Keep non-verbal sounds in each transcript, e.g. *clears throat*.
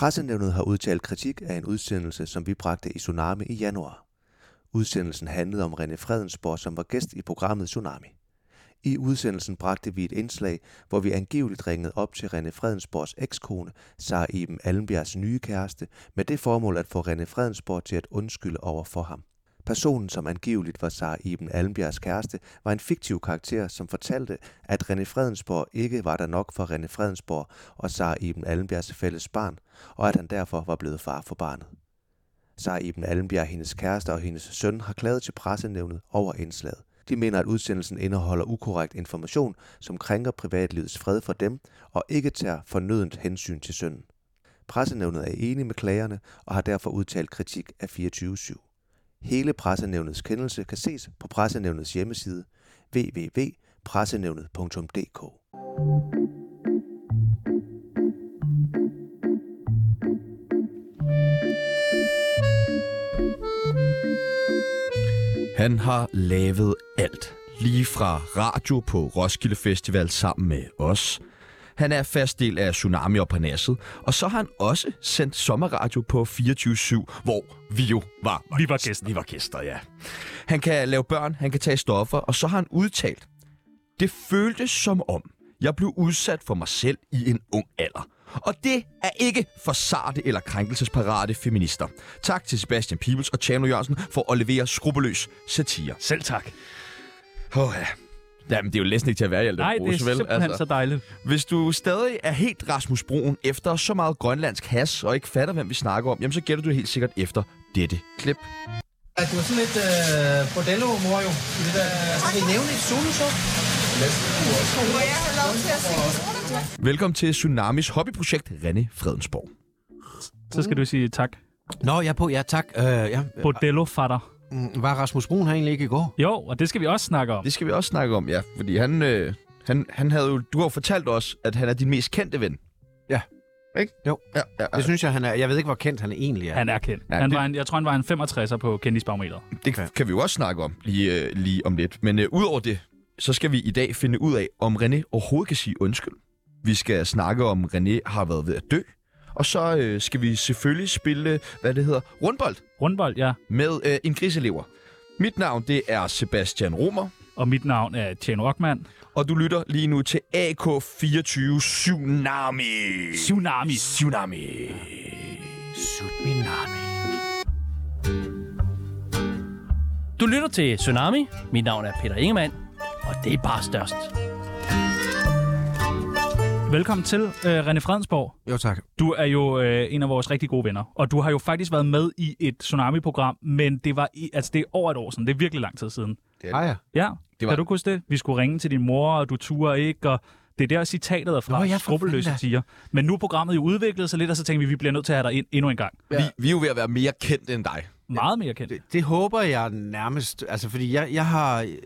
Pressenævnet har udtalt kritik af en udsendelse, som vi bragte i Tsunami i januar. Udsendelsen handlede om René Fredensborg, som var gæst i programmet Tsunami. I udsendelsen bragte vi et indslag, hvor vi angiveligt ringede op til René Fredensborgs ekskone, Sara Iben Almbjergs nye kæreste, med det formål at få René Fredensborg til at undskylde over for ham. Personen, som angiveligt var Sara Iben Almbjergs kæreste, var en fiktiv karakter, som fortalte, at René Fredensborg ikke var der nok for René Fredensborg og Sara Iben Almbjergs fælles barn, og at han derfor var blevet far for barnet. Sara Iben Almbjerg, hendes kæreste og hendes søn har klaget til pressenævnet over indslaget. De mener, at udsendelsen indeholder ukorrekt information, som krænker privatlivets fred for dem og ikke tager fornødent hensyn til sønnen. Pressenævnet er enige med klagerne og har derfor udtalt kritik af 24-7. Hele pressenævnets kendelse kan ses på pressenævnets hjemmeside www.pressenævnet.dk. Han har lavet alt. Lige fra radio på Roskilde Festival sammen med os. Han er fast del af Tsunami og Parnasset. Og så har han også sendt sommerradio på 24-7, hvor vi jo var, Vi var gæster. Vi var gæster, ja. Han kan lave børn, han kan tage stoffer, og så har han udtalt. Det føltes som om, jeg blev udsat for mig selv i en ung alder. Og det er ikke for sarte eller krænkelsesparate feminister. Tak til Sebastian Pibels og Tjerno Jørgensen for at levere skrupelløs satire. Selv tak. Åh ja. Jamen, det er jo næsten ikke til at være i alt Nej, det brus, er simpelthen altså. så dejligt. Hvis du stadig er helt Rasmus Broen efter så meget grønlandsk has og ikke fatter, hvem vi snakker om, jamen så gætter du helt sikkert efter dette klip. Ja, du er sådan lidt øh, bordello-mor jo. I det der, skal vi nævne et soloshow? Må jeg have lov til at se Sodoma? Velkommen til Tsunamis hobbyprojekt René Fredensborg. Så skal du sige tak. Nå, jeg er på. Ja, tak. Øh, ja. Bordello fatter. Mm, Var Rasmus Brun her egentlig ikke i går? Jo, og det skal vi også snakke om. Det skal vi også snakke om, ja. Fordi han, øh, han, han havde jo, du har jo fortalt os, at han er din mest kendte ven. Ja. Ikke? Jo. Ja, ja, ja. Det synes jeg, han er. Jeg ved ikke, hvor kendt han egentlig er. Han er kendt. Ja, han det- var en, jeg tror, han var en 65'er på kendisbarometeret. Det okay. kan vi jo også snakke om lige, øh, lige om lidt. Men øh, udover det, så skal vi i dag finde ud af, om René overhovedet kan sige undskyld. Vi skal snakke om, René har været ved at dø. Og så øh, skal vi selvfølgelig spille, hvad det hedder, rundbold Rundbold, ja. med øh, en griselever. Mit navn, det er Sebastian Romer, Og mit navn er Tjeno Rockmann. og du lytter lige nu til AK24 Tsunami. Tsunami. Tsunami. Du lytter til Tsunami. Mit navn er Peter Ingemann, og det er bare størst. Velkommen til, øh, René Fredensborg. Jo, tak. Du er jo øh, en af vores rigtig gode venner, og du har jo faktisk været med i et Tsunami-program, men det var i, altså det er over et år siden. Det er virkelig lang tid siden. Ej, ja. Ja, Det det var- var... kan du huske det? Vi skulle ringe til din mor, og du turde ikke, og det er der citatet er fra, Nå, Nå, ja, for jeg skrupelløse fanden da. tiger. Men nu er programmet jo udviklet sig lidt, og så tænkte vi, at vi bliver nødt til at have dig ind endnu en gang. Ja. Vi, vi er jo ved at være mere kendt end dig. Meget mere kendt. Det, det håber jeg nærmest. Altså, fordi jeg, jeg har... øh, Jeg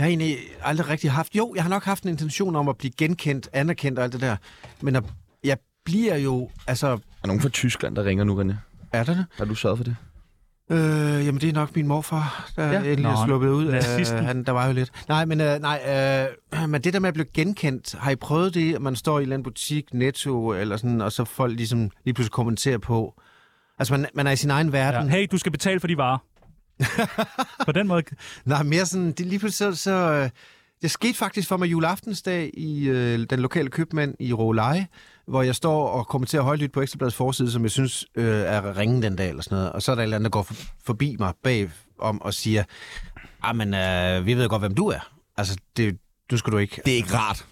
har egentlig aldrig rigtig haft... Jo, jeg har nok haft en intention om at blive genkendt, anerkendt og alt det der. Men at, jeg bliver jo... Altså, Er nogen fra Tyskland, der ringer nu, René? er der det? Har du sørget for det? Øh, jamen, det er nok min morfar, der ja. endelig Nå, er sluppet ud. nazisten. Øh, han, der var jo lidt. Nej, men, øh, nej, øh, *clears throat* men det der med at blive genkendt, har I prøvet det, at man står i en eller anden butik, netto eller sådan, og så folk ligesom lige pludselig kommenterer på... Altså, man, man er i sin egen verden. Ja. Hey, du skal betale for de *laughs* varer. på den måde. Nej, mere sådan, det lige pludselig så... så øh, det skete faktisk for mig juleaftensdag i øh, den lokale købmand i Råleje, hvor jeg står og kommenterer højlydt på Ekstrabladets forside, som jeg synes øh, er ringen den dag eller sådan noget. Og så er der en eller anden, der går for, forbi mig bag om og siger, ah, men øh, vi ved godt, hvem du er. Altså, det, du skal du ikke. Det er ikke rart.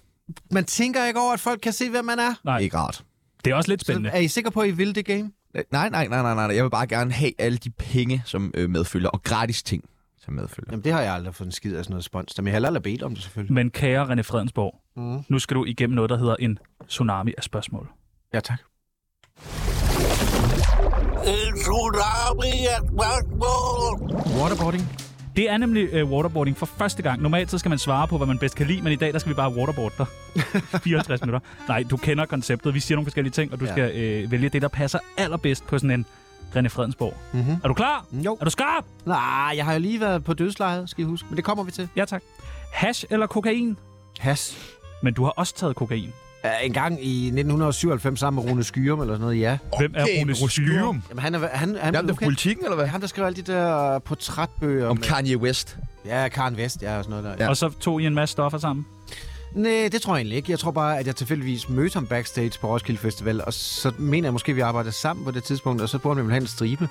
Man tænker ikke over, at folk kan se, hvem man er. Det er Nej, ikke rart. det er også lidt Så spændende. er I sikre på, at I vil det game? Øh, Nej, nej, nej, nej, nej. Jeg vil bare gerne have alle de penge, som øh, medfølger, og gratis ting, som medfølger. Jamen, det har jeg aldrig fået en skid af sådan noget spons. Men jeg har heller aldrig bedt om det, selvfølgelig. Men kære René Fredensborg, Mm. mm. nu skal du igennem noget, der hedder en tsunami af spørgsmål. Ja, tak. Waterboarding. Det er nemlig uh, waterboarding for første gang. Normalt så skal man svare på, hvad man bedst kan lide, men i dag der skal vi bare waterboard dig. 54 minutter. Nej, du kender konceptet. Vi siger nogle forskellige ting, og du Ja. ja. skal øh, vælge det, der passer allerbedst på sådan en René Fredensborg. Mhm. Er du klar? Jo. Er du skarp? Nej, jeg har jo lige været på dødslejet, skal I huske. Men det kommer vi til. Ja tak. Hash eller kokain? Has. Men du har også taget kokain. Uh, en gang i 1997 sammen med Rune Skyrum eller sådan noget, ja. Hvem er Rune Skyrum? Jamen, han er, han, han, Jamen, det er Luca, politikken, eller hvad? ham, der skrev alle de der øh, portrætbøger. Om med- Kanye West. Ja, Karen Vest, ja, og sådan noget der. Ja. Ja. Og så tog I en masse stoffer sammen. Nej, det tror jeg egentlig ikke. Jeg tror bare, at jeg tilfældigvis mødte ham backstage på Roskilde Festival, og så mener jeg måske, at vi arbejdede sammen på det tidspunkt, og så burde vi vel have en stribe.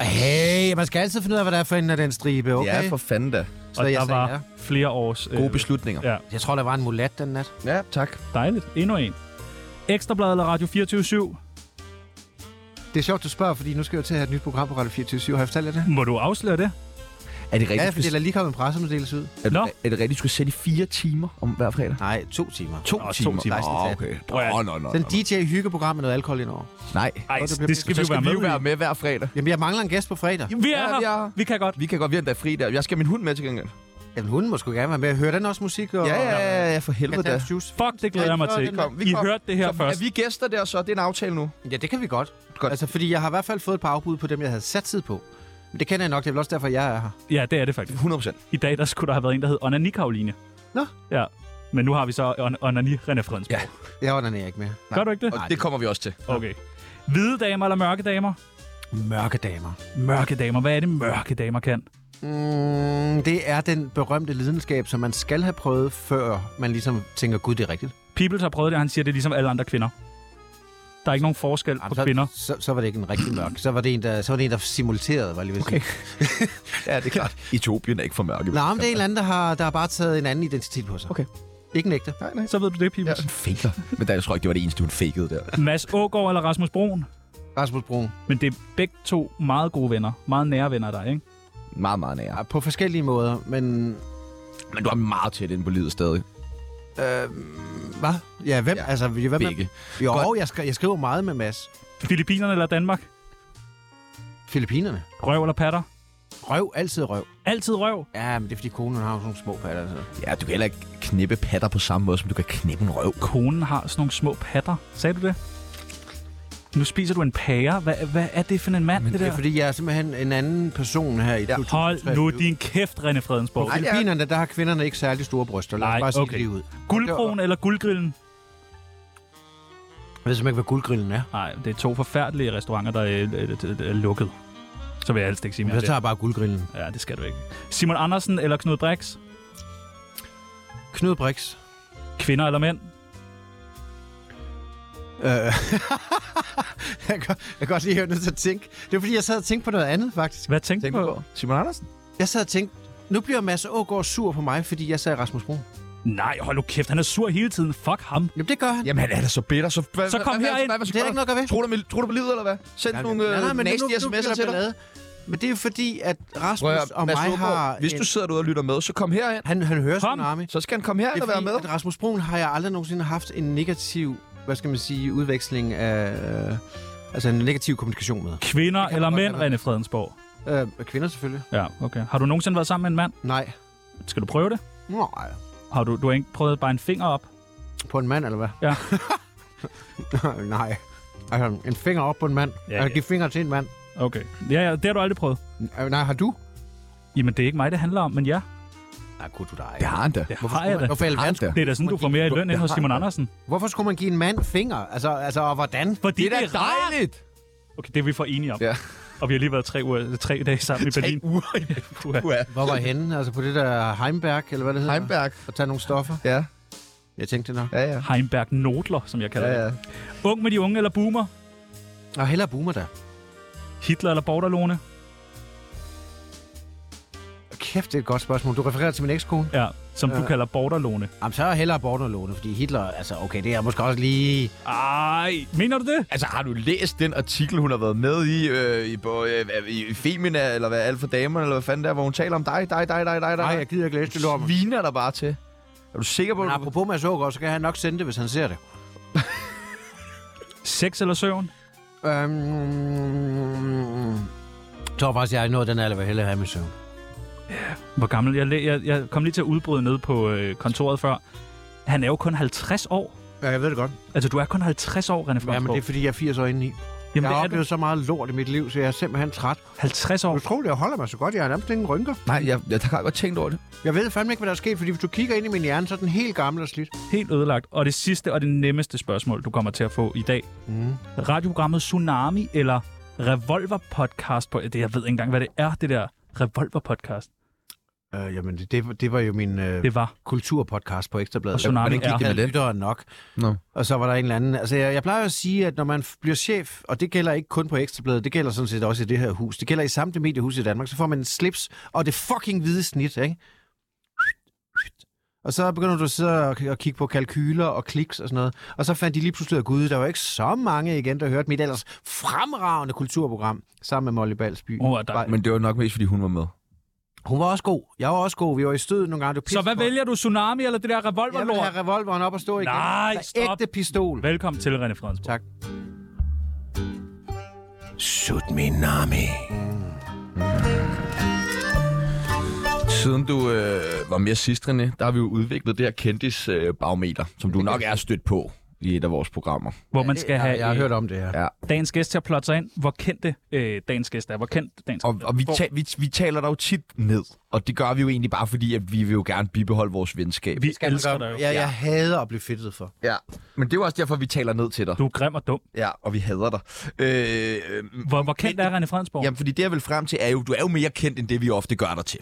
Hey, man skal altid finde ud af, hvad der er for enden af den stribe, okay? Ja, for fanden da. Så Og jeg der sagde var ja. flere års... øh, Gode beslutninger. Ja, Jeg tror, der var en mulat den nat. Ja, tak. dejligt. Endnu en. Ekstrablad eller Radio 24 Det er sjovt, du spørger, fordi nu skal jeg jo til at have et nyt program på Radio 24 Har jeg fortalt jer det? Må du afsløre det? Er det Ja, rigtigt, fordi skulle, der er lige kommet en pressemeddelelse ud. er, Nå. det, er det rigtigt, skulle sætte i fire timer om hver fredag? Nej, to timer. To Nå, to timer. timer. Nå, okay. Prøv at- Nå, nå, nå, Den nå. DJ-hyggeprogram med noget alkohol indover. Nej. Ej, Nå, det bliver det skal vi Så jo være skal vi jo med, i. være med hver fredag. Jamen, jeg mangler en gæst på fredag. Vi er Ja, vi er her. her. Vi kan godt. Vi kan godt, vi er endda fri der. Jeg skal have min hund med til gengæld. Jamen, hunden må sgu gerne være med. Hører den også musik? Og, Ja, ja, ja, ja, for helvede da. Katans Juice? Fuck, det glæder Ja, jeg mig så er til. det nok. Vi I kom. hørte det her Så er først. vi gæster der så? Det er en aftale nu. Ja, det kan vi godt. Godt. Altså, fordi jeg har i hvert fald fået et par afbud på dem, jeg havde sat tid på. Men det kender jeg nok. Det er vel også derfor, jeg er her. Ja, det er det faktisk. 100 procent. I dag, der skulle der have været en, der hed Onani Karoline. Nå. Ja. Men nu har vi så On- Onani René Fredensborg. Ja. Jeg ordner ikke mere. Gør du ikke det? Og det kommer vi også til. Okay. Hvide damer eller mørke damer? Mørke damer. Mørke damer. Hvad er det, mørke damer kan? Mm, det er den berømte lidenskab, som man skal have prøvet, før man ligesom tænker, gud, det er rigtigt. Peoples har prøvet det, og han siger, det er ligesom alle andre kvinder. Der er ikke nogen forskel på så, kvinder. Så, så, var det ikke en rigtig mørk. Så var det en, der, så var det en, der simulterede, var jeg lige ved okay. Ja, det er klart. *laughs* Etiopien er ikke for mørke. Nå, men det er en eller anden, der har, der har bare taget en anden identitet på sig. Okay. Ikke en ægte. Nej, nej. Så ved du det, Ja, Peoples. en faker. Men der, jeg tror ikke, det var det eneste, hun fakede der. Ja. Mads Ågaard eller Rasmus Broen? Rasmus Brun. Men det er begge to meget gode venner. Meget nære venner af dig, ikke? Meget, meget nære. Ja, på forskellige måder, men... Men du er meget tæt inde på livet stadig. Hvad? Ja, hvem? Ja, Ja, altså, hvem Begge. Er, jo, Godt. jeg, skri, jeg skriver meget med Mads. Filippinerne eller Danmark? Filippinerne. Røv eller patter? Røv, altid røv. Altid røv. Ja, men det er, fordi konen hun har sådan nogle små patter. Så. Ja, du kan heller ikke knippe patter på samme måde, som du kan knippe en røv. Konen har sådan nogle små patter. Sagde du det? Nu spiser du en pære. Hvad, hvad er det for en mand, Men det Det er, der? fordi jeg er simpelthen en anden person her i ja. Hold nu din kæft, René Fredensborg. På Filippinerne, der har kvinderne ikke særlig store bryster. Lad Nej, os bare sige okay. det lige ud. Guldkronen eller guldgrillen? Jeg ved simpelthen ikke, hvad guldgrillen er. Nej, det er to forfærdelige restauranter, der øh, er, er, er, er lukket. Så vil jeg helst ikke sige mere Jeg om det. tager jeg bare guldgrillen. Ja, det skal du ikke. Simon Andersen eller Knud Brix? Knud Brix. Kvinder eller mænd? Øh, *laughs* jeg, kan, jeg kan godt lige høre nødt til at tænke. Det er fordi, jeg sad og tænkte på noget andet, faktisk. Hvad tænkte du Tænker på? på Simon Andersen? Jeg sad og tænkte, nu bliver Mads Ågaard sur på mig, fordi jeg sagde Rasmus Brun. Nej, hold nu kæft, han er sur hele tiden. Fuck ham. Jamen, det gør han. Jamen, han er da så bitter. Så, hvad, Så kom hvad- herind. hvad- hvad- Det er der ikke noget at gøre ved. Tror du, med- tror du på livet, eller hvad? Send Nej, nogle nej, øh, nej, men nasty nu- nu sms'er bliver til der dig. ballade. Men det er jo fordi, at Rasmus Prøv at, høre, og Mads mig har... Storgård, Hvis du en- sidder derude og lytter med, så kom herind. han, han hører Kom. Tsunami. Så skal han komme herind Det er og være fordi, med. at Rasmus Brun har jeg aldrig nogensinde haft en negativ, hvad skal man sige, udveksling af... Øh, altså en negativ kommunikation med. Kvinder kan eller man godt mænd, lade være. René Fredensborg? Øh, og kvinder selvfølgelig. Ja, okay. Har du nogensinde været sammen med en mand? Nej. Skal du prøve det? Nej. Har du, du har ikke prøvet bare en finger op? På en mand, eller hvad? Ja. *laughs* Nej. Altså, en finger op på en mand. Ja, Ja, altså, ja. give fingre til en mand. Okay. Ja, ja, det har du aldrig prøvet. Øh, Nej, har du? Jamen, det er ikke mig, det handler om, men ja, Nej, kunne du da Det har han da. det har jeg da. Hvorfor, i alverden- da. Det er da sådan, du får mere i løn end hos Simon Andersen. Hvorfor skulle man give en mand fingre? Altså, altså og hvordan? Fordi Det er da rart. dejligt. Okay, det er vi for enige om. Ja. Og vi har lige været tre, uger, tre dage sammen i Berlin. uger i Uha. Uha. Hvor var jeg henne? Altså på det der Heimberg, eller hvad det hedder? Heimberg. Og tage nogle stoffer. Ja, Jeg tænkte det nok. ja, ja. *laughs* Heimberg Nodler, som jeg kalder ja, ja, ja. ja. det. Ung med de unge eller boomer? Og hellere boomer der. Hitler eller Borderlone? Kæft, det er et godt spørgsmål. Du refererer til min ekskone. Ja, som ja. du kalder Borderlone. Jamen, så er jeg hellere Borderlåne, fordi Hitler, altså okay, det er måske også lige... Ej, mener du det? Altså, har du læst den artikel, hun har været med i, øh, i, på, øh, i Femina, eller hvad, Alfa Damerne, eller hvad fanden der, hvor hun taler om dig, dig, dig, dig, dig, dig. Nej, jeg gider ikke læse det lort. Du sviner dig bare til. Er du sikker på, Men at du... apropos Mads Ågaard, så kan han nok sende det, hvis han ser det. Sex eller søvn? Øhm... Jeg tror faktisk, jeg er nået den alder, hvor jeg hellere have min søvn. Hvor gammel? Jeg, læ- jeg, jeg kom lige til at udbryde ned på øh, kontoret før. Han er jo kun 50 år. Ja, jeg ved det godt. Altså, du er kun 50 år, René Ja, men Flamsborg. det er, fordi jeg er 80 år inde i. Jamen, Jeg har det er oplevet så meget lort i mit liv, så jeg er simpelthen træt. du. 50 år. Utroligt, jeg holder mig så godt. Jeg har nærmest ingen rynker. Nej, jeg, jeg, har godt tænkt over det. Jeg ved fandme ikke, hvad der er sket, fordi hvis du kigger ind i min hjerne, så er den helt gammel og slidt. Helt ødelagt. Og det sidste og det nemmeste spørgsmål, du kommer til at få i dag. Mm. Radioprogrammet Tsunami eller Revolver Podcast på... Det, jeg ved ikke engang, hvad det er, det der Revolver Podcast. Øh, jamen, det, det, det var jo min øh, Det var. kulturpodcast på Ekstrabladet. Og Tsunami Hvordan er- gik med det med den? lyttere nok. Nå. Og så var der en eller anden... Altså, jeg, jeg plejer jo at sige, at når man f- bliver chef, og det gælder ikke kun på Ekstrabladet, det gælder sådan set også i det her hus, det gælder i samtlige mediehus i Danmark, så får man en slips og det fucking hvide snit, ikke? Og så begynder du at sidde og, og kigge på kalkyler og kliks og sådan noget. Og så fandt de lige pludselig, at gud, der var ikke så mange igen, der hørte mit ellers fremragende kulturprogram sammen med Molly Balsby. Åh, oh, der... Men det var nok mest, fordi hun var med. Hun var også god. Jeg var også god. Vi var i stød nogle gange. Det var Så hvad pissegod. vælger du? Tsunami eller det der Jeg vil revolverlort? have revolveren op og stå igen. Nej, Der er stop. Ægte pistol. Velkommen til, René Fredensborg. Tak. Sut min nami. Siden du øh, var mere sistrende, der har vi jo udviklet det her kendis øh, barometer, som du nok er stødt på i et af vores programmer. Hvor man skal have Jeg, jeg har øh, hørt om det her. Ja. dagens gæst til at plotte sig ind. Hvor kendte øh, dagens gæst er. Hvor kendt dagens Og, og vi, ta- vi, vi taler dig jo tit ned, og det gør vi jo egentlig bare fordi, at vi vil jo gerne bibeholde vores venskab. Vi elsker dig jo. Ja, jeg hader at blive fedtet for. Ja. Men det er jo også derfor, vi taler ned til dig. Du er grim og dum. Ja, og vi hader dig. Øh, øh, Hvor, hvor kendt er René Fredensborg? jamen, fordi det jeg vil frem til, er jo, du er jo mere kendt, end det vi ofte gør dig til.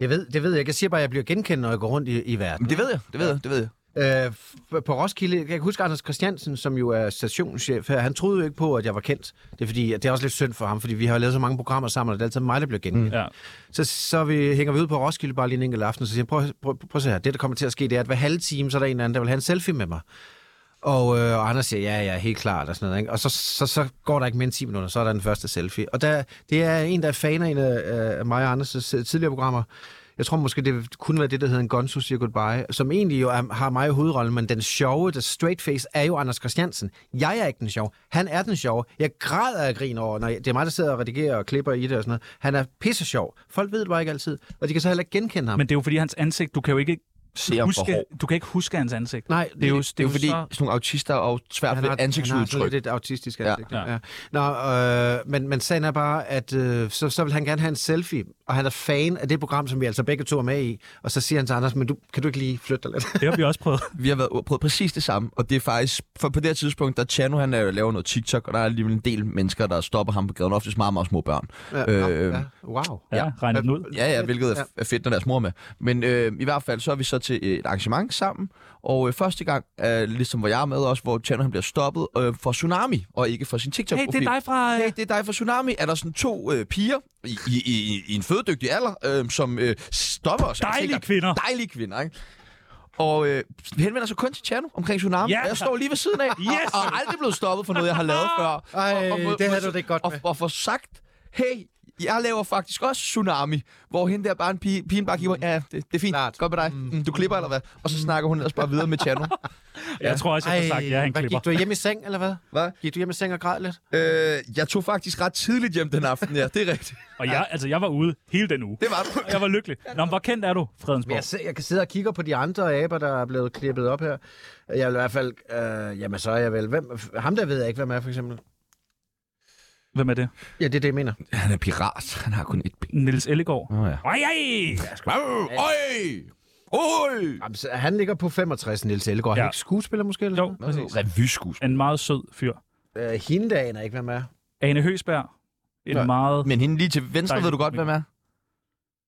Jeg ved, det ved jeg ikke. Jeg siger bare, at jeg bliver genkendt, når jeg går rundt i, i verden. Men det ved jeg, det ved jeg, det ved jeg. Øh, f- på Roskilde, jeg kan huske Anders Christiansen, som jo er stationschef her, han troede jo ikke på, at jeg var kendt. Det er, fordi, at det er også lidt synd for ham, fordi vi har jo lavet så mange programmer sammen, og det er altid mig, der bliver genkendt. Ja. Så, så vi, hænger vi ud på Roskilde bare lige en enkelt aften, og så siger jeg, prøv, prøv, prøv at se her, det der kommer til at ske, det er, at hver halve time, så er der en eller anden, der vil have en selfie med mig. Og, øh, og Anders siger, ja, ja, helt klart, og sådan noget. Ikke? Og så, så, så går der ikke mere end 10 minutter, så er der den første selfie. Og der, det er en, der er fan af en af øh, mig og Anders' tidligere programmer. Jeg tror måske, det kunne være det, der hedder en Gonzo Siger Goodbye, som egentlig jo er, har mig i hovedrollen, men den sjove, der straight face, er jo Anders Christiansen. Jeg er ikke den sjove. Han er den sjove. Jeg græder af grin over, når jeg, det er mig, der sidder og redigerer og klipper i det og sådan noget. Han er pisse sjov. Folk ved det bare ikke altid, og de kan så heller ikke genkende ham. Men det er jo fordi, hans ansigt, du kan jo ikke Se ham for huske, hård. du kan ikke huske hans ansigt. Nej, det er jo, det er jo fordi fordi... Så... sådan nogle autister og svært ved Han har ansigtsudtryk. sådan lidt et autistisk Ja. ansigt. Ja. Ja. Ja. Nå, øh, men, men sagen er bare, at øh, så, så vil han gerne have en selfie, og han er fan af det program, som vi altså begge to er med i. Og så siger han til Anders, men du, kan du ikke lige flytte dig lidt? Det har vi også prøvet. Vi har været prøvet præcis det samme, og det er faktisk, for på det her tidspunkt, der Chano han er- laver noget TikTok, og der er alligevel en del mennesker, der stopper ham på gaden, oftest meget, meget små børn. *laughs* Ja, Øhm. Øh, ja. Wow. Ja, regnet den ud. Ja, ja, hvilket er, er fedt, når deres mor er med. Men øh, i hvert fald, så er vi så til et arrangement sammen, og øh, første gang, øh, ligesom hvor jeg er med også, hvor Chano han bliver stoppet øh, for Tsunami, og ikke for sin Hey, TikTok-profil. det er dig fra... øh, Hey, det er dig fra Tsunami. Er der sådan to øh, piger i, i, i, i en fødedygtig alder, øh, som øh, stopper os? Dejlige Sikkert. kvinder. Dejlige kvinder, ikke? Og øh, henvender sig kun til Tjerno omkring Tsunami. Ja. Ja. Jeg står lige ved siden af, Yes. og, og er aldrig blevet stoppet for noget, jeg har *laughs* lavet før. Ej, og, og, det havde du det godt og, med. og få sagt, hey, jeg laver faktisk også Tsunami, hvor hende der bare en pige, pigen bare kigger, ja, det, det er fint, Klart. godt med dig, mm. du klipper eller hvad? Og så snakker hun ellers bare videre med *laughs* Tjerno. Jeg tror også, jeg har sagt, ja, han hvad, klipper. gik du hjem i seng, eller hvad? Hvad? Gik du hjem i seng og græd lidt? Øh, jeg tog faktisk ret tidligt hjem den aften, ja, det er rigtigt. Og jeg, altså, jeg var ude hele den uge. Det var du. Jeg var lykkelig. Nå, men hvor kendt er du, Men jeg, Fredensborg? sidder, jeg kan sidde og kigge på de andre aber, der er blevet klippet op her. Jeg vil i hvert fald... Øh, jamen, så er jeg vel... Hvem, ham der ved jeg ikke, hvem er, for eksempel. Hvem er det? Ja, det er det, jeg mener. Han er pirat, han har kun et ben. Niels Ellegaard. Nå ja. Ej, ej! Øj! Øj! Jamen, så, han ligger på 65, Niels Ellegaard. Ja. Ja. Han er ikke skuespiller, måske? Eller Jo, sådan noget? præcis. Revyskuespiller. En meget sød fyr. Øh, hende der aner ikke, hvem er. Ane Høsberg. En Nej. meget... Men hende lige til venstre, Dejlig ved du godt, hvem er?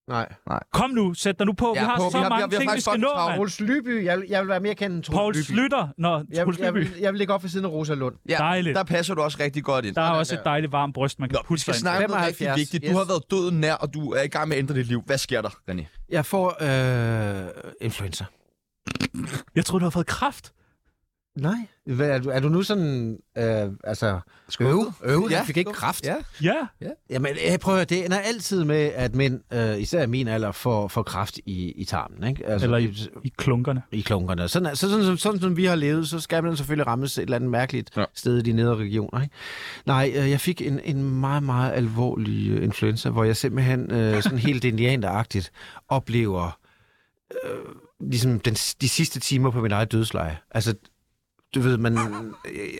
Nej. Kom nu, sæt dig nu på. Vi Ja, har på. så Vi har- vi mange har- vi har ting, vi faktisk skal fucking nå, travlt. mand. Troels Lyby, jeg, vil- jeg vil være mere kendt end Troels Poul Lyby. Slytter. Nå, Jeg, Troels vil- jeg, Lyby. vil- jeg vil ligge op ved siden af Rosa Lund. Ja, Dejligt. der passer du også rigtig godt ind. Der er også et dejligt varmt bryst, man kan Nå, vi putte sig skal ind. snakke om noget rigtig 75. vigtigt. Du Yes. har været døden nær, og du er i gang med at ændre dit liv. Hvad sker der, René? Jeg får øh, influenza. Jeg troede, du havde fået kraft. Nej. Hvad, er, du, er du nu sådan, øh, altså, øve? øve? Ja. Jeg fik ikke kraft. Ja. Ja, Jamen, jeg prøver, det ender altid med, at mænd, øh, især i min alder, får, får kraft i, i tarmen, ikke? Altså, eller i, i, i klunkerne. i klunkerne. Sådan, er- så, sådan, sådan, sådan som vi har levet, så skal man selvfølgelig rammes et eller andet mærkeligt Ja. ja. sted i de nedre regioner. Ikke? Nej, øh, jeg fik en, en meget, meget alvorlig øh, influenza, hvor jeg simpelthen øh, sådan helt indianeragtigt oplever øh, ligesom den, s- de sidste timer på min eget dødsleje. Altså, du ved, man... Øh,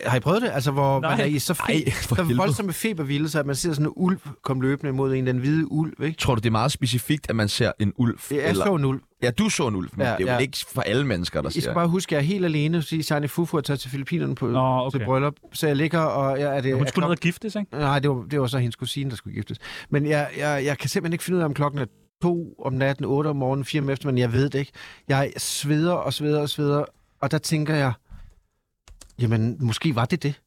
har I prøvet det? Altså, hvor Nej. man er i så, fe- Ej, for så helvede. voldsomme febervildelser, at man ser sådan en ulv komme løbende mod en, den hvide ulv, ikke? Tror du, det er meget specifikt, at man ser en ulv? Jeg Eller... så en ulv. Ja, du så en ulv, men ja, Ja, det er jo ja. ikke for alle mennesker, der I ser skal bare huske, at jeg er helt alene, fordi Shani Fufu er taget til Filippinerne Øh, på, Nå, okay. okay. til bryllup. Så jeg ligger, og jeg er det... Hun er skulle klok- ned og giftes, ikke? Nej, det var, det var så hendes kusine, der skulle giftes. Men jeg, jeg, jeg kan simpelthen ikke finde ud af, om klokken er to om natten, otte om morgenen, fire om eftermiddagen. Jeg ved det ikke. Jeg sveder og sveder og sveder, og der tænker jeg, jamen, måske var det det.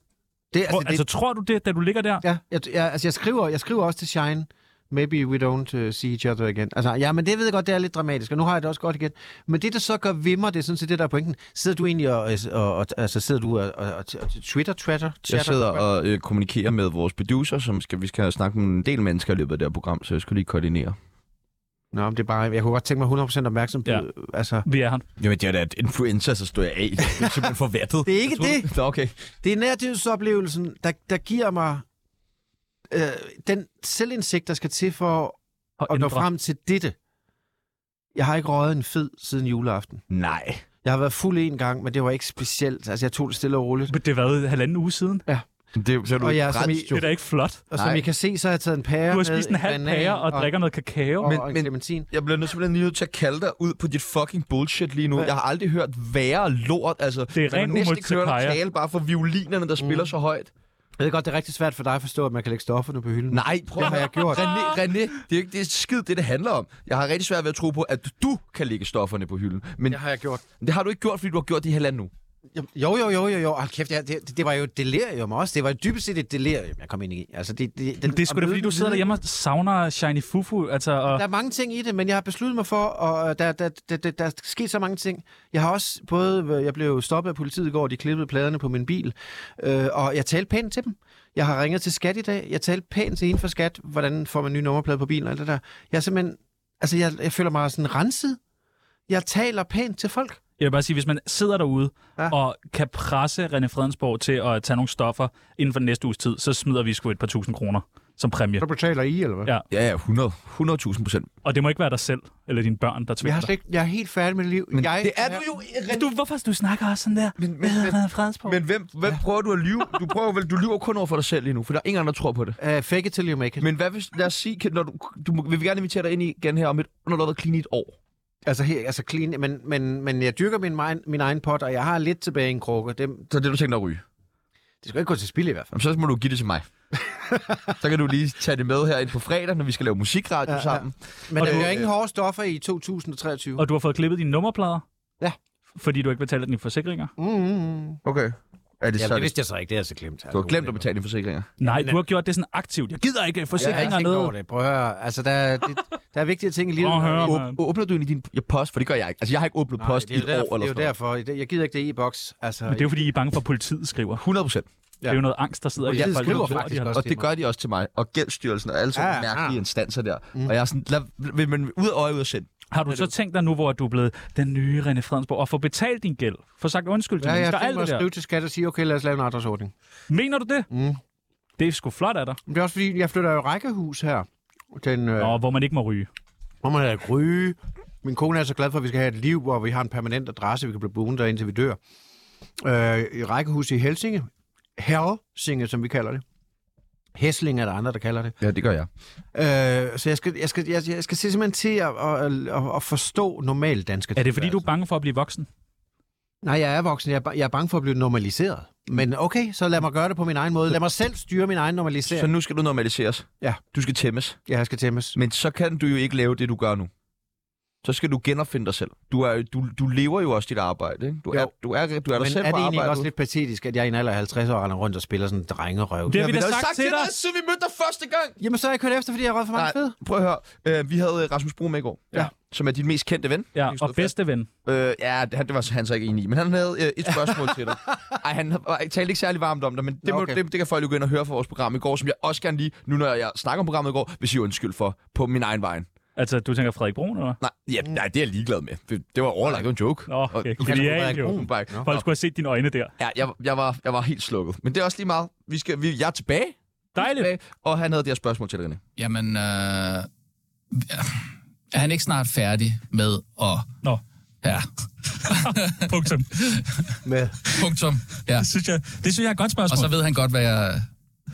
Det, Tror, altså, det, tror du det, da du ligger der? ja, jeg, jeg, altså, jeg, skriver, jeg skriver også til Shine, maybe we don't uh, see each other again. Altså, ja, men det ved jeg godt, det er lidt dramatisk, og nu har jeg det også godt igen. Men det, der så gør ved mig, det er sådan set det, der er pointen. Sidder du egentlig og, og, og altså, sidder du og, og, og, og twitter chatter? Jeg sidder og øh, kommunikerer med vores producer, som skal, vi skal snakke med en del mennesker i løbet af det her program, så jeg skulle lige koordinere. Nå, men det er bare, jeg kunne godt tænke mig 100% opmærksomhed. Ja. Ja. Altså, Vi er her. Jamen, det er da et influenza, så stod jeg af. Det er simpelthen forvattet. Det er ikke Jeg troede- Nå, okay. Det er nærdivsoplevelsen, der, der giver mig øh, den selvindsigt, der skal til for Og at nå ændre. frem til dette. Jeg har ikke røget en fed siden juleaften. Nej. Jeg har været fuld en gang, men det var ikke specielt. Altså, jeg tog det stille og roligt. Men Det har været halvanden uge siden. Det, er jo- så er du Og ikke jeg er som frelst, i- jo. Det er da ikke flot. Og som Nej. I kan se, så har jeg taget en pære Du har med, spist en halv banan pære og drikker noget kakao. og, Men, og en men- clementin. Jeg bliver nødt simpelthen lige nødt til at kalde dig ud på dit fucking bullshit lige nu. Jeg har aldrig hørt værre lort. Altså, Det er man ren kan næsten ikke høre dig omotepeia. tale bare for violinerne, der spiller Mm. så højt. Jeg ved godt, det er rigtig svært for dig at forstå, at man kan lægge stofferne på hylden. Nej, prøv Det har jeg gjort. René, René, det er jo ikke det er skid, det det handler om. Jeg har rigtig svært ved at tro på, at du kan lægge stofferne på hylden. Men Det har jeg gjort. det har du ikke gjort, fordi du har gjort det i halvanden nu. Jo, jo, jo, jo, jo. Hold kæft, jeg, det, det, var jo et delirium også. Det var jo dybest set et delirium, jeg kom ind i. Altså, det, det, den, det er sgu da, fordi du sidder derhjemme og savner Shiny Fufu. Altså, og, Der er mange ting i det, men jeg har besluttet mig for, og øh, der, der, der, der, der er sket så mange ting. Jeg har også både, øh, jeg blev stoppet af politiet i går, de klippede pladerne på min bil, øh, og jeg talte pænt til dem. Jeg har ringet til skat i dag, jeg talte pænt til en fra skat, hvordan får man en ny nummerplade på bilen og alt det der. Jeg er simpelthen, altså jeg, jeg føler mig sådan renset. Jeg taler pænt til folk. jeg vil bare sige, hvis man sidder derude Ja. og kan presse René Fredensborg til at tage nogle stoffer inden for den næste uges tid, så smider vi sgu et par tusind kroner som præmie. betaler I, eller hvad? Ja. Ja, ja, 100. 100.000 procent. Og det må ikke være dig selv eller dine børn, der Jeg, tvinger har dig. slet, ikke- jeg er helt færdig med mit liv. Men jeg, Det er du jo. René. Du, hvorfor du snakker også sådan der? Men, men, men, Fredensborg. Men hvem, hvem prøver du at lyve? Du, prøver vel, du lyver kun over for dig selv lige nu, for der er ingen andre, der tror på det. Uh, fake it till you make it. Men, Men hvad hvis, lad os sige, kan- når du, du, må- vil vi gerne invitere dig ind i igen her om et, når du har været clean i et år. altså, her, altså clean, men, men, men jeg dyrker min, min, min egen pot, og jeg har lidt tilbage i en krukke. Det, Så det, du tænker dig at ryge. det skal ikke gå til spil i hvert fald. Jamen, så må du give det til *laughs* mig. så kan du lige tage det med her ind på fredag, når vi skal lave musikradio ja, Ja, ja. sammen. Men Og der du- bliver ingen hårde stoffer i 2023. Og du har fået klippet dine nummerplader? Ja. Fordi du ikke betaler dine forsikringer? Mm, mm, mm. Okay. Er det, så, det jeg så ikke, det er så glemt. du har glemt at betale dine forsikringer. Nej, du har gjort det sådan aktivt. Jeg gider ikke Jeg forsikringer har ikke ned. over det. Prøv at høre. Altså, der, er- det, der er vigtige ting i livet. Prøv at høre, Åb- åbner du ind i din ja, post? For det gør jeg ikke. Altså, jeg har ikke åbnet Nej, post det i er et jo derfor, år eller Det er sådan jo derfor. Det- Jeg gider ikke det e-boks. Altså, Men det er jo fordi, I er bange for, at politiet skriver. noget. 100 procent. Ja. Det er jo noget angst, der sidder Politiet folk, skriver der tror, faktisk de har- også. Og det gør de også til mig. Og Gældsstyrelsen og alle sådan Ja, ja, ja. mærkelige instanser der. Mm. Og jeg er sådan, lad, vil man ud af øje ud af sind. Har du så tænkt dig nu, hvor du er blevet den nye René Fredensborg, og få betalt din gæld? Få sagt undskyld til ja, jeg mennesker, har tænkt alt mig det at der. skrive til skat og sige, okay, lad os lave en afdragsordning. Mener du det? Mm. Det er sgu flot af dig. Men det er også fordi, jeg flytter jo rækkehus her. Den, øh, Nå, hvor man ikke må ryge. hvor man er gryge. Min kone er så glad for, at vi skal have et liv, hvor vi har en permanent adresse, vi kan blive boende der, indtil vi dør. Øh, I rækkehus i Helsinge. Helsinge, som vi kalder det. Hæsling er der andre, der kalder det. Ja, det gør jeg. Øh, så jeg skal, jeg skal, jeg, jeg skal se simpelthen til at, at, at, at forstå normal dansk. Er det fordi, du er bange for at blive voksen? Nej, jeg er voksen. Jeg er, ba- jeg er bange for at blive normaliseret. Men okay, så lad mig gøre det på min egen måde. Lad mig selv styre min egen Så normalisering. nu skal du normaliseres. Ja. Du skal tæmmes. Ja, jeg skal tæmmes. Men så kan du jo ikke lave det, du gør nu. Så skal du genopfinde dig selv. Du, er, jo- du, du lever jo også dit arbejde. Ikke? Du, er, Jo. du, er, du er dig Men selv er på det egentlig arbejde. ikke også lidt patetisk, at jeg i en alder af 50 år render rundt og spiller sådan en drengerøv? Det har vi Men da jeg har sagt, til dig. siden vi mødte dig første gang. Jamen, så har jeg kørt efter, fordi jeg har røget for mange fede. prøv at høre. Øh, vi havde øh, Rasmus Brun med i går, Ja. som er din mest kendte ven. Ja, Det er jo og bedste ven. Øh, ja, det, han- det var han så ikke enig i, men han havde øh, et spørgsmål til *laughs* dig. Ej, han var- talte ikke særlig varmt om dig, men det, Nå, må, okay. det, det kan folk jo gå ind og høre fra vores program i går, som jeg også gerne lige, nu når jeg snakker om programmet i går, vil sige undskyld for på min egen vej. Altså, du tænker Frederik Brun, eller? Nej, ja, nej, det er jeg ligeglad med. Det, det var overlagt, det var en joke. Mm. Nå, okay. Og- Genial, jo. Kronenberg. Folk skulle have set dine øjne der. Ja, jeg, jeg, var, jeg var helt slukket. Men det er også lige meget. Vi skal, vi, jeg er tilbage, Dejligt. tilbage, og han havde det her spørgsmål til dig, René. jamen, øh, er han ikke snart færdig med at Nå. Ja. Punktum. Med. Punktum. Ja. Det synes jeg, det synes jeg er et godt Og spørgsmål. så ved han godt, hvad jeg,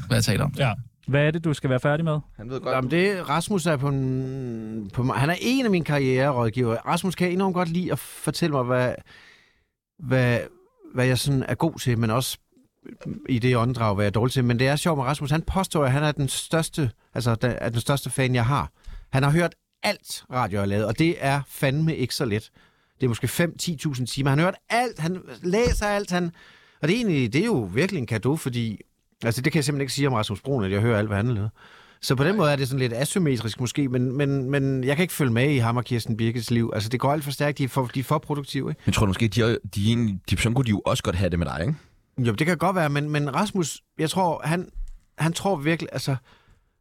hvad jeg taler om. Ja. Hvad er det, du skal være færdig med? Han ved Jamen det, Rasmus er på, en, på mig. Han er en af mine karriererådgivere. Rasmus kan enormt godt lide at fortælle mig, hvad, hvad, hvad jeg sådan er god til, men også i det åndedrag, hvad jeg er dårlig til. Men det er sjovt med Rasmus. Han påstår, at han er den største, altså, den, er den største fan, jeg har. Han har hørt alt radio, jeg har lavet, og det er fandme ikke så let. Det er måske 5-10.000 timer. Han har hørt alt, han læser alt, han... Og det er, egentlig, det er jo virkelig en gave, fordi... Altså, det kan jeg simpelthen ikke sige om Rasmus Brun, at jeg hører alt, hvad han har lavet. Så på den måde er det sådan lidt asymmetrisk måske, men, men, men jeg kan ikke følge med i ham og Kirsten Birkes liv. Altså, det går alt for stærkt. De er for, de er for produktive, ikke? Jeg tror måske, de, er, de, er egentlig- de, sådan kunne de jo også godt have det med dig, ikke? Jo, det kan godt være, men, men Rasmus, jeg tror, han, han tror virkelig, altså...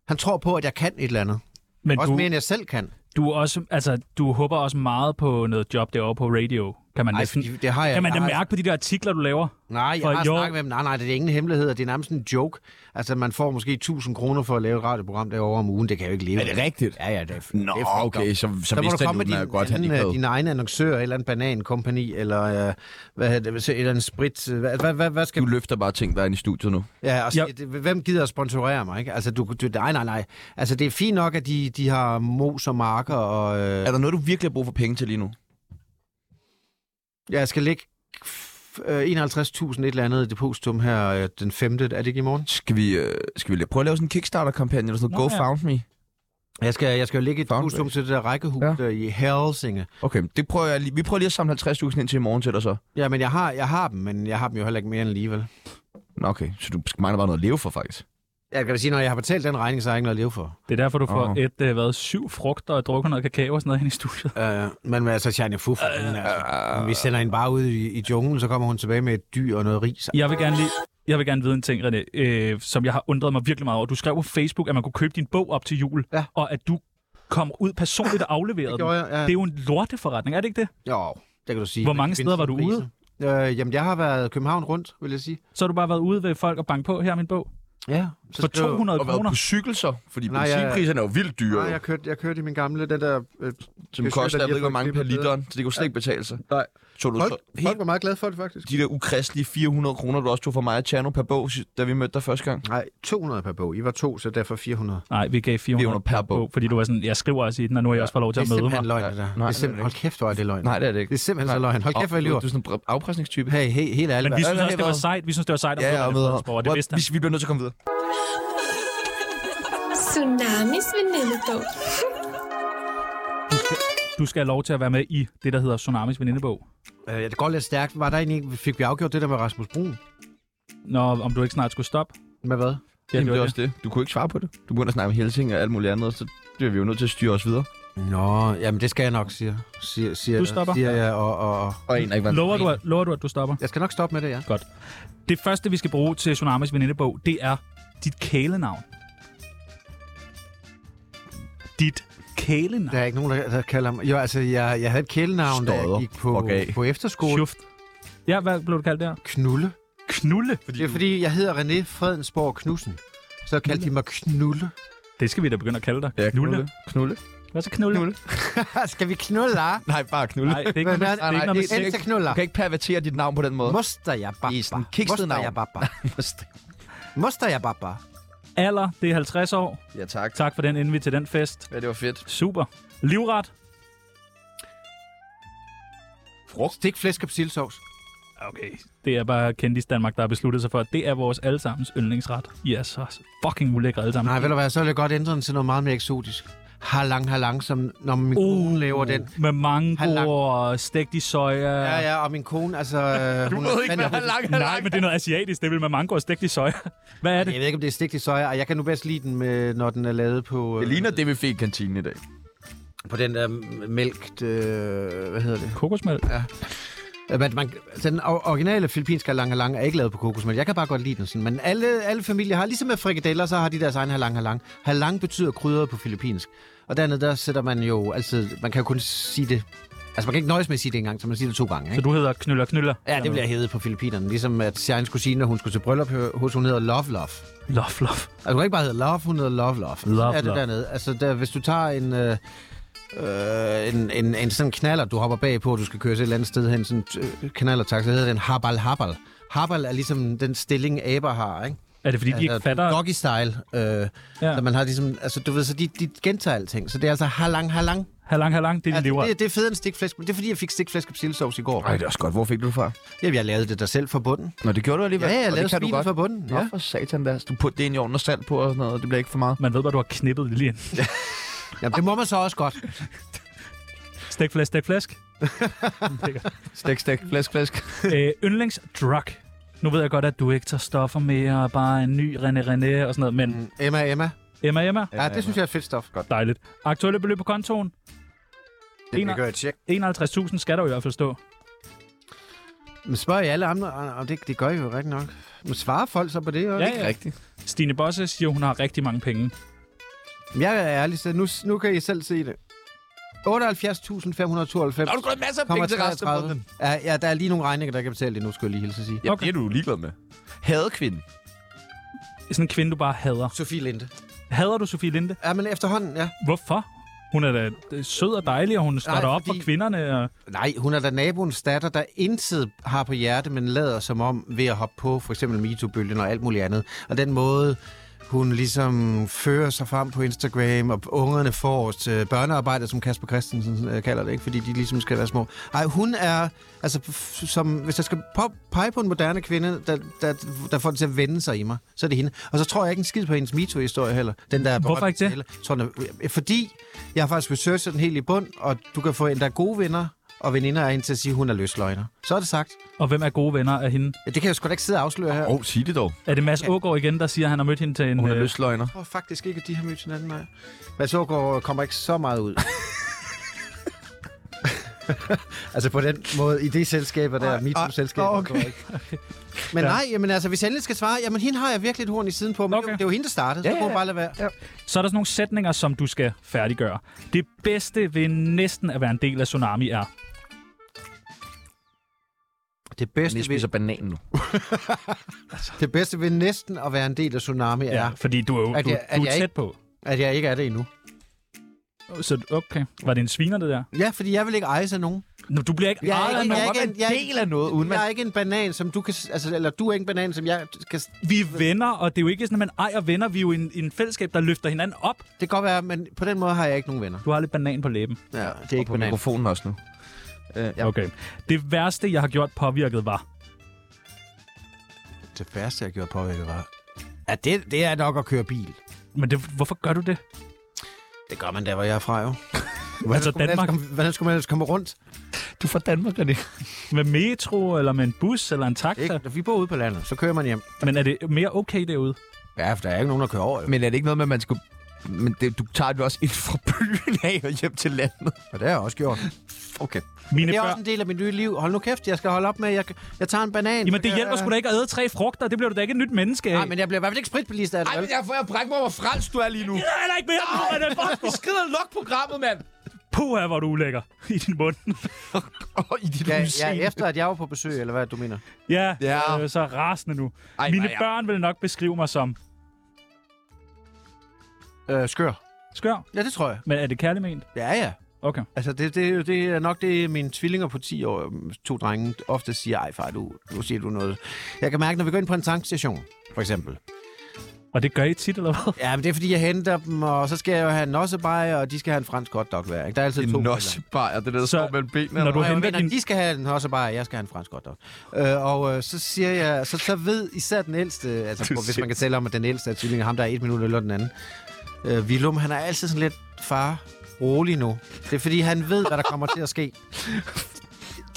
Han tror på, at jeg kan et eller andet. Men Også du, mere, end jeg selv kan. du, er også, altså, du håber også meget på noget job derovre på radio, kan man, Nej, næsten, fordi det har jeg. kan man da jeg har, mærke på de der artikler, du laver. Nej, For jeg har jo. snakket med dem. Nej, nej, det er ingen hemmelighed, og det er nærmest en joke. Altså, man får måske 1000 kroner for at lave et radioprogram derovre om ugen. Det kan jeg jo ikke leve. af. rigtigt? Ja, ja, det er, Nå, det er fucked up. okay, så, så, Så må du vidste han, komme med nu, den er din, godt, han anden, ikke øh, havde. din egen annoncør, et eller andet banankompagni, eller, øh, hvad, hedder det, så et eller andet sprit. øh, Hvad, hvad, hvad, hvad skal Du løfter bare ting, der er inde i studiet nu. Ja, og så, Ja. ja. hvem gider at sponsorere mig? Ikke? Altså, du, du, nej, nej, nej. Altså, det er fint nok, at de, de har mos og marker, og øh, Er der noget, du virkelig har brug for penge til lige nu? Altså- ja, jeg skal lægge f- øh, 51.000 et eller andet i depositum her øh, den 5. Er det ikke i morgen? Skal vi, øh, skal vi lige prøve at lave sådan en Kickstarter-kampagne eller sådan Nå, noget? Go ja. Found Me. Jeg skal, jeg skal jo lægge et Fuck, depositum mand. til det der rækkehus Ja. ja. der i Helsinge. Okay, det prøver jeg lige. Vi prøver lige at samle 50.000 ind til i morgen til dig så. Ja, men jeg har, jeg har dem, men jeg har dem jo heller ikke mere end alligevel. Nå, okay. Så du mangler bare noget at leve for, faktisk. Jeg kan da sige, når jeg har betalt den regning, så har jeg ikke noget at leve for. Det er derfor, du får Åh. oh. et, øh, hvad, syv frugter og drukker noget kakao og sådan noget hen i studiet. Uh, men altså, Tjernia Fuf, uh, altså. vi sender hende bare ud i, i junglen, så kommer hun tilbage med et dyr og noget ris. Jeg vil gerne lige... Jeg vil gerne vide en ting, René, øh, som jeg har undret mig virkelig meget over. Du skrev på Facebook, at man kunne købe din bog op til jul, Ja. og at du kom ud personligt og afleverede den. gjorde jeg, ja. Det er jo en lorteforretning, er det ikke det? Jo, det kan du sige. Hvor Men mange det steder var findes du sådan priser. Øh, jamen, jeg har været København rundt, vil jeg sige. Så har du bare været ude ved folk og banke på, her er min bog. Ja. For 200 Og været kroner. på cykel så, fordi Nej, jeg- benzinpriserne er jo vildt dyre, Nej, jo, jeg kørte, jeg kørte i min gamle, den der... Øh, som jeg synes, koster, at jeg de ved ikke, hvor har mange per fået klippet literen, så det kunne slet ikke betale sig. Nej. Tog du så folk, folk helt var meget glade for det, faktisk. de der ukristelige 400 kroner, du også tog fra mig og Tjerno per bog, sidst- da vi mødte dig første gang? Nej, 200 per bog. I var to, så derfor 400. Nej, vi gav 400 per bog, fordi du var sådan, jeg skriver også i den, og nu har jeg også fået lov til Det er at møde mig. simpelthen løgn, det der. Nej, Nej, det er det er det simpelthen, ikke. hold kæft, hvor er det løgn. Nej, det er det ikke. Det er simpelthen så Nej. løgn. Hold kæft, hvor jeg Åh, lyver. Du er sådan en afpresningstype. Hey, hey, helt ærligt. Men vi synes hvad- hvad- også, det hvad- var sejt. Vi synes, det var sejt at Ja, møde ja, René med. Fredensborg, Det vidste han. Vi, vi bliver nødt til at komme videre. Tsunamis venindebog. Du skal have lov til at være med i det, der hedder Tsunamis venindebog. Øh, det går lidt stærkt. Var der egentlig ikke, fik vi afgjort det der med Rasmus Brun? Nå, om du ikke snart skulle stoppe. Med hvad? Ja, Jamen, det var er også det. Du kunne ikke svare på det. Du begynder at snakke om Helsing og alt muligt andet, så bliver vi jo nødt til at styre os videre. Nå, jamen det skal jeg nok, siger, siger, siger, Du stopper? siger jeg. Og, og, og. Og en, der ikke var Lover du, at- lover du, at du stopper? Jeg skal nok stoppe med det, ja. Det første, vi skal bruge til Tsunamis venindebog, det er dit kælenavn. Dit kælenavn. Der er ikke nogen, der, der kalder mig... Jo, altså, jeg, jeg havde et kælenavn, da Stodder. jeg gik på, Fuck af. på efterskole. Schuft. Ja, hvad blev du kaldt der? Knulle. Knulle. Det er fordi, jeg hedder René Fredensborg Knudsen. Så kaldte de mig Knulle. Det skal vi da begynde at kalde dig. Ja, Knulle. knulle. Knulle. Hvad så knulle? Knulle. *laughs* Skal vi knulle, ah? Nej, bare knulle. Nej, det er ikke noget med, det er ikke noget med sex. Elsa knuller. Du kan ikke pervertere dit navn på den måde. Moster jeg babba. Det er sådan et kikset navn. jeg babba. Moster jeg babba. Alder, det er 50 år. ja, tak. Tak for den indvi til den fest. Ja, det var fedt. Super. Livret. Frugt. Stik flæsk og persillesovs. Okay. Det er bare Kendis Danmark, der har besluttet sig for, at det er vores allesammens yndlingsret. I er så fucking ulækre alle sammen. Nej, ved du hvad, så vil jeg godt ændre den til noget meget mere eksotisk. Halang halang, som når min kone Uh. laver den. Med mango Halang. og stegt i soja. Ja, ja, og min kone, altså... du hun ved ikke, hvad halang Nej, men det er noget asiatisk. Det er vel med mango og stegt i soja. *laughs* Hvad er det? Jeg ved ikke, om det er stigt i soja, og jeg kan nu bedst lide den, med, når den er lavet på, Det øh, ligner det, vi fik i kantinen i dag. på den der m- mælk... Øh, hvad hedder det? Kokosmælk. Øh, Man, man, så den o- originale filippinske halang halang er ikke lavet på kokosmælk. Jeg kan bare godt lide den sådan. Men alle, alle familier har, ligesom med frikadeller, så har de deres egen halang halang. Halang betyder krydret på filippinsk. Og dernede, der sætter man jo altid... Man kan jo kun sige det... Altså, man kan ikke nøjes med at sige det engang, så man siger det to gange, Så ikke? du hedder Knyller Knyller. Ja, det bliver hævet på Filippinerne. Ligesom at Sjærens kusine, når hun skulle til bryllup hø- hos, hun hedder Love Love. Love, love. Altså, du kan ikke bare hedde Love, hun hedder Love Love. Love er det Love. dernede. Altså, der, hvis du tager en... Øh, Øh, en, en, en sådan knaller, du hopper bag på, du skal køre til et eller andet sted hen, sådan en knallertaxa, hedder den habal habal. Habal er ligesom den stilling, aber har, ikke? Altså, Er det fordi, de ikke fatter... Doggy style. Øh, Ja. ja. Så man har ligesom, altså du ved, så de, de gentager alting. Så det er altså halang halang. Halang, halang, det er de Altså, lever. af. det, det er federe end stikflæsk. men Det er fordi, jeg fik stikflæsk og sildesovs i går. Ej, det er også godt. Hvor fik du det fra? Jamen, jeg lavede det der selv fra bunden. Nå, det gjorde du alligevel. Ja, Og jeg det lavede kan du svinet godt. fra bunden. Nå, Ja. for satan da. Du putter det ind i ovnen og salt på og sådan noget, og det bliver ikke for meget. Man ved bare, du har knippet det lige ind. Jamen, det må man så også godt. Stik flæsk, stik *laughs* flæsk. Stik, stik, flæsk, flæsk. *laughs* øh, yndlingsdrug. Nu ved jeg godt, at du ikke tager stoffer mere, og bare en ny René René og sådan noget, men Mm, Emma, Emma. Emma, Emma, Ja, det synes jeg er fedt stof. Godt. dejligt. Aktuelle beløb på kontoen, Det Ener. vil gøre et tjek. 51.000 skal der jo i hvert fald stå. Men spørger I alle andre, og det, det gør I jo rigtig nok. Men svarer folk så på det? Også? Ja, ikke? ja. Rigtigt. Stine Bosse siger, hun har rigtig mange penge. Jeg er ærlig, så nu, nu kan I selv se det. 78.592. Har du gået masser af Kommer penge til resten af måneden? Ja, ja, der er lige nogle regninger, der kan betale det nu, skulle jeg lige hilse at sige. Ja, Okay. det er du ligeglad med. Hadekvinden. Sådan en kvinde, du bare hader. Sofie Linde. Hader du Sofie Linde? Ja, men efterhånden, ja. Hvorfor? Hun er da øh, sød og dejlig, og hun står Nej, op fordi- for kvinderne. Og... Nej, hun er da naboens datter, der intet har på hjerte, men lader som om ved at hoppe på for eksempel MeToo-bølgen og alt muligt andet. Og den måde, hun ligesom fører sig frem på Instagram, og ungerne får til børnearbejde, som Kasper Christensen øh, kalder det, ikke? fordi de ligesom skal være små. Nej, hun er, altså f- som, hvis jeg skal på- pege på en moderne kvinde, der, der, der får det til at vende sig i mig, så er det hende. Og så tror jeg ikke en skid på hendes MeToo-historie heller. Den der er Hvorfor berømt ikke det? tale. Jeg Tror, den er, fordi jeg har faktisk researchet den helt i bund, og du kan få endda gode venner og veninder af hende til at sige, at hun er løsløgner. Så er det sagt. og hvem er gode venner af hende? Ja, det kan jeg jo sgu da ikke sidde og afsløre her. Åh, oh, sig det dog. Er det Mads Ågaard igen, der siger, at han har mødt hende til en... Hun er øh, løsløgner. Jeg tror faktisk ikke, at de har mødt hinanden, nej. Mads Ågaard kommer ikke så meget ud. *laughs* altså på den måde, i det selskab, der er mit selskab. Okay. *laughs* Men Ja. nej, jamen altså, hvis jeg endelig skal svare, jamen hende har jeg virkelig et horn i siden på, men Okay. okay. det, var- det var hende, der startede, ja, så må hun bare lade være. Ja. Så er der sådan nogle sætninger, som du skal færdiggøre. Det bedste ved næsten at være en del af Tsunami er... Det, Vi bedste spiser ved, banan nu. det bedste ved næsten at være en del af Tsunami ja. er, Fordi du er jo At du, jeg- at du er jeg tæt ikke- på. at jeg ikke er det endnu. Så okay. Var det en sviner, det der? Ja, fordi jeg vil ikke ejes af nogen. Nå, du bliver ikke Jeg er ejet af ikke, jeg er nogen. ikke, en- jeg er del af noget, uden ikke, jeg man... er ikke en banan, som du kan... s- Altså, eller du er ikke en banan, som jeg kan... s- Vi er venner, og det er jo ikke sådan, at man ejer venner. Vi er jo en, en fællesskab, der løfter hinanden op. Det kan godt være, men på den måde har jeg ikke nogen venner. Du har lidt banan på læben. Ja, det er Og ikke på banan. mikrofonen også nu. Ja. Okay. Det værste, jeg har gjort påvirket, var... Det værste, jeg gjorde påvirket, var... Ja, det, det er nok at køre bil. Men det, hvorfor gør du det? Det gør man der, hvor jeg er fra, *laughs* jo. Hvordan, Altså, skulle man ellers Danmark. komme, hvordan skulle man ellers komme rundt? Du er fra Danmark, René. Med metro, eller med en bus, eller en taxa? Ikke? Når Vi bor ude på landet, så kører man hjem. Men er det mere okay derude? Ja, for der er ikke nogen, der kører over, jo. Men er det ikke noget med, at man skulle... Men det, du tager det jo også ind fra byen af og hjem til landet. Og det har jeg også gjort. Okay. Mine Det er børn... også en del af mit nye liv. Hold nu kæft, jeg skal holde op med, jeg, jeg tager en banan. Jamen, det hjælper sgu da ikke at æde tre frugter. Det bliver du da ikke et nyt menneske af. Nej, men jeg bliver i hvert fald ikke spritbilist af det, vel? jeg får jeg brække mig, hvor frelst du er lige nu. Jeg er heller ikke mere, men det er bare... Skrider luk programmet, mand. Puh, hvor er du ulækker *laughs* i din mund. Åh, i *laughs* dit Ja, udseende. ja, efter at jeg var på besøg, eller hvad du mener. Ja, Ja. Øh, så rasende nu. Ej, Mine nej, ja. børn vil nok beskrive mig som Øh, skør. skør, Ja, det tror jeg. men er det kærligt ment? Ja, ja. Okay. Altså, det, det, det er nok det, mine tvillinger på 10 år, øhm, to drenge, ofte siger, ej far, du, nu siger du noget. Jeg kan mærke, når vi går ind på en tankstation, for eksempel. Og det gør I tit, eller hvad? Ja, men det er, fordi jeg henter dem, og så skal jeg jo have en nossebajer, og de skal have en fransk hotdog hver. Ikke? Der er altid En to nossebajer, det der, der Så, står mellem benene. når du du henter henter mener, din- din... De skal have en nossebajer, jeg skal have en fransk hotdog. Øh, og øh, så siger jeg, så, så ved især den ældste, *laughs* altså hvis man kan tale om, at den ældste er tvillingen, ham der er et minut eller den anden. Øh, Willum, han er altid sådan lidt, far, rolig nu. Det er fordi, han ved, hvad der kommer til at ske.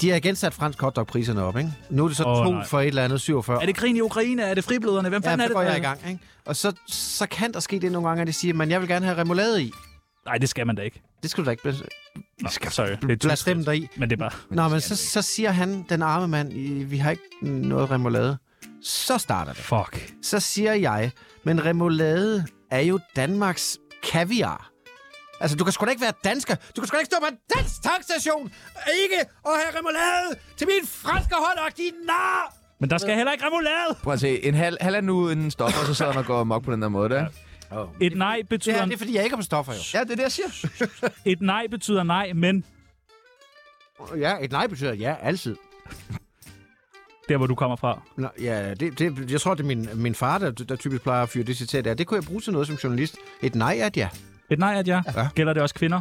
De har igen sat fransk hotdog-priserne op, ikke? Nu er det så Åh, oh, to nej. nej. for et eller andet 47. Er det krigen i Ukraine? Er det fribløderne? Hvem ja, fanden er så det? går der- jeg i gang, ikke? Og så, så kan der ske det nogle gange, at de siger, men jeg vil gerne have remoulade i. Nej, det skal man da ikke. Det skal du da ikke bl- Nå, sorry. Det er blastemme tydeligt. dig i. Men det er bare... Nå, men så, så siger han, den arme mand, "I- vi har ikke noget remoulade. Så starter det. Fuck. Så siger jeg, men remoulade er jo Danmarks kaviar. Altså, du kan sgu da ikke være dansker. Du kan sgu da ikke stå på en dansk tankstation og ikke at have remoulade til min franske hotdog, din nar! Men der skal heller ikke remoulade! Prøv at se, en halv, halv nu inden stopper, så sidder man og går mok på den der måde, der. Et nej betyder, Ja, det er fordi, jeg ikke er på stoffer, jo. Ja, det er det, jeg siger. et nej, betyder nej, men Ja, et nej betyder ja, altid. der, hvor du kommer fra. Nå, ja, det, det, jeg tror, det er min, min far, der, der typisk plejer at fyre det citat af. Det kunne jeg bruge til noget som journalist. Et nej er et ja. Et nej er et ja. Ja. Gælder det også kvinder?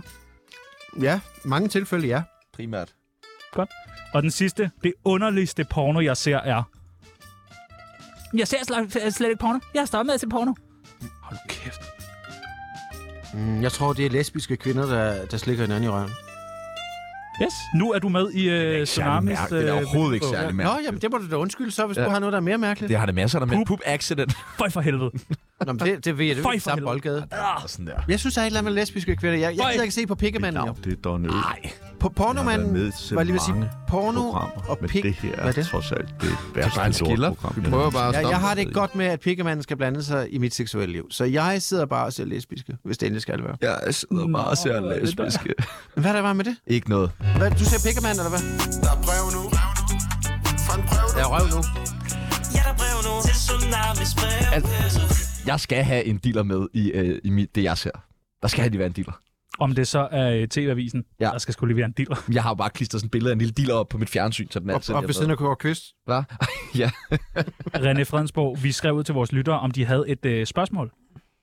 Ja, mange tilfælde ja. Primært. Og den sidste, det underligste porno, jeg ser, er... Jeg ser slet, slet ikke porno. Jeg har stoppet med at se porno. Hold nu kæft. Mm, jeg tror, det er lesbiske kvinder, der, der slikker hinanden i røven. Yes, nu er du med i øh, Tsunamis, Tsunamis... det er overhovedet ikke øh, særlig Nå, mærkeligt. jamen det må du da undskylde så, hvis Ja. ja. du har noget, der er mere mærkeligt. Det har det masser der med. Poop, poop accident. Føj for helvede. Nå, men det, det ved jeg, det er Føj jo for samme helvede. boldgade. Ah, sådan der. Jeg synes, der er et eller andet med lesbiske kvinder. Jeg, jeg Føj. gider ikke se på pikkemanden. jo. det er dog nødt. Nej. På pornomanden, Jeg har været med til var jeg lige ved at sige, mange porno programmer, og men pik. det her Hvad er er det? trods alt det bare en værste skiller. lortprogram. Vi prøver bare at Ja, stoppe. jeg har det godt med, at pikkemanden skal blande sig i mit seksuelle liv. Så jeg sidder bare og ser lesbiske, hvis det endelig skal være. Jeg sidder bare og ser lesbiske. Hvad er der var med det? Ikke noget. Hvad, du ser pikkemand, eller hvad? Der er brev nu. Jeg skal have en dealer med i, øh, i mit, det, jeg ser. Der skal lige være en dealer. Om det så er øh, TV-avisen, Ja. ja. der skal skulle levere en dealer. Jeg har jo bare klistret sådan et billede af en lille dealer op på mit fjernsyn, så den er Op, altid op ved siden af Kåre Kvist. Hvad? ja. René Fredensborg, vi skrev ud til vores lyttere, om de havde et øh, spørgsmål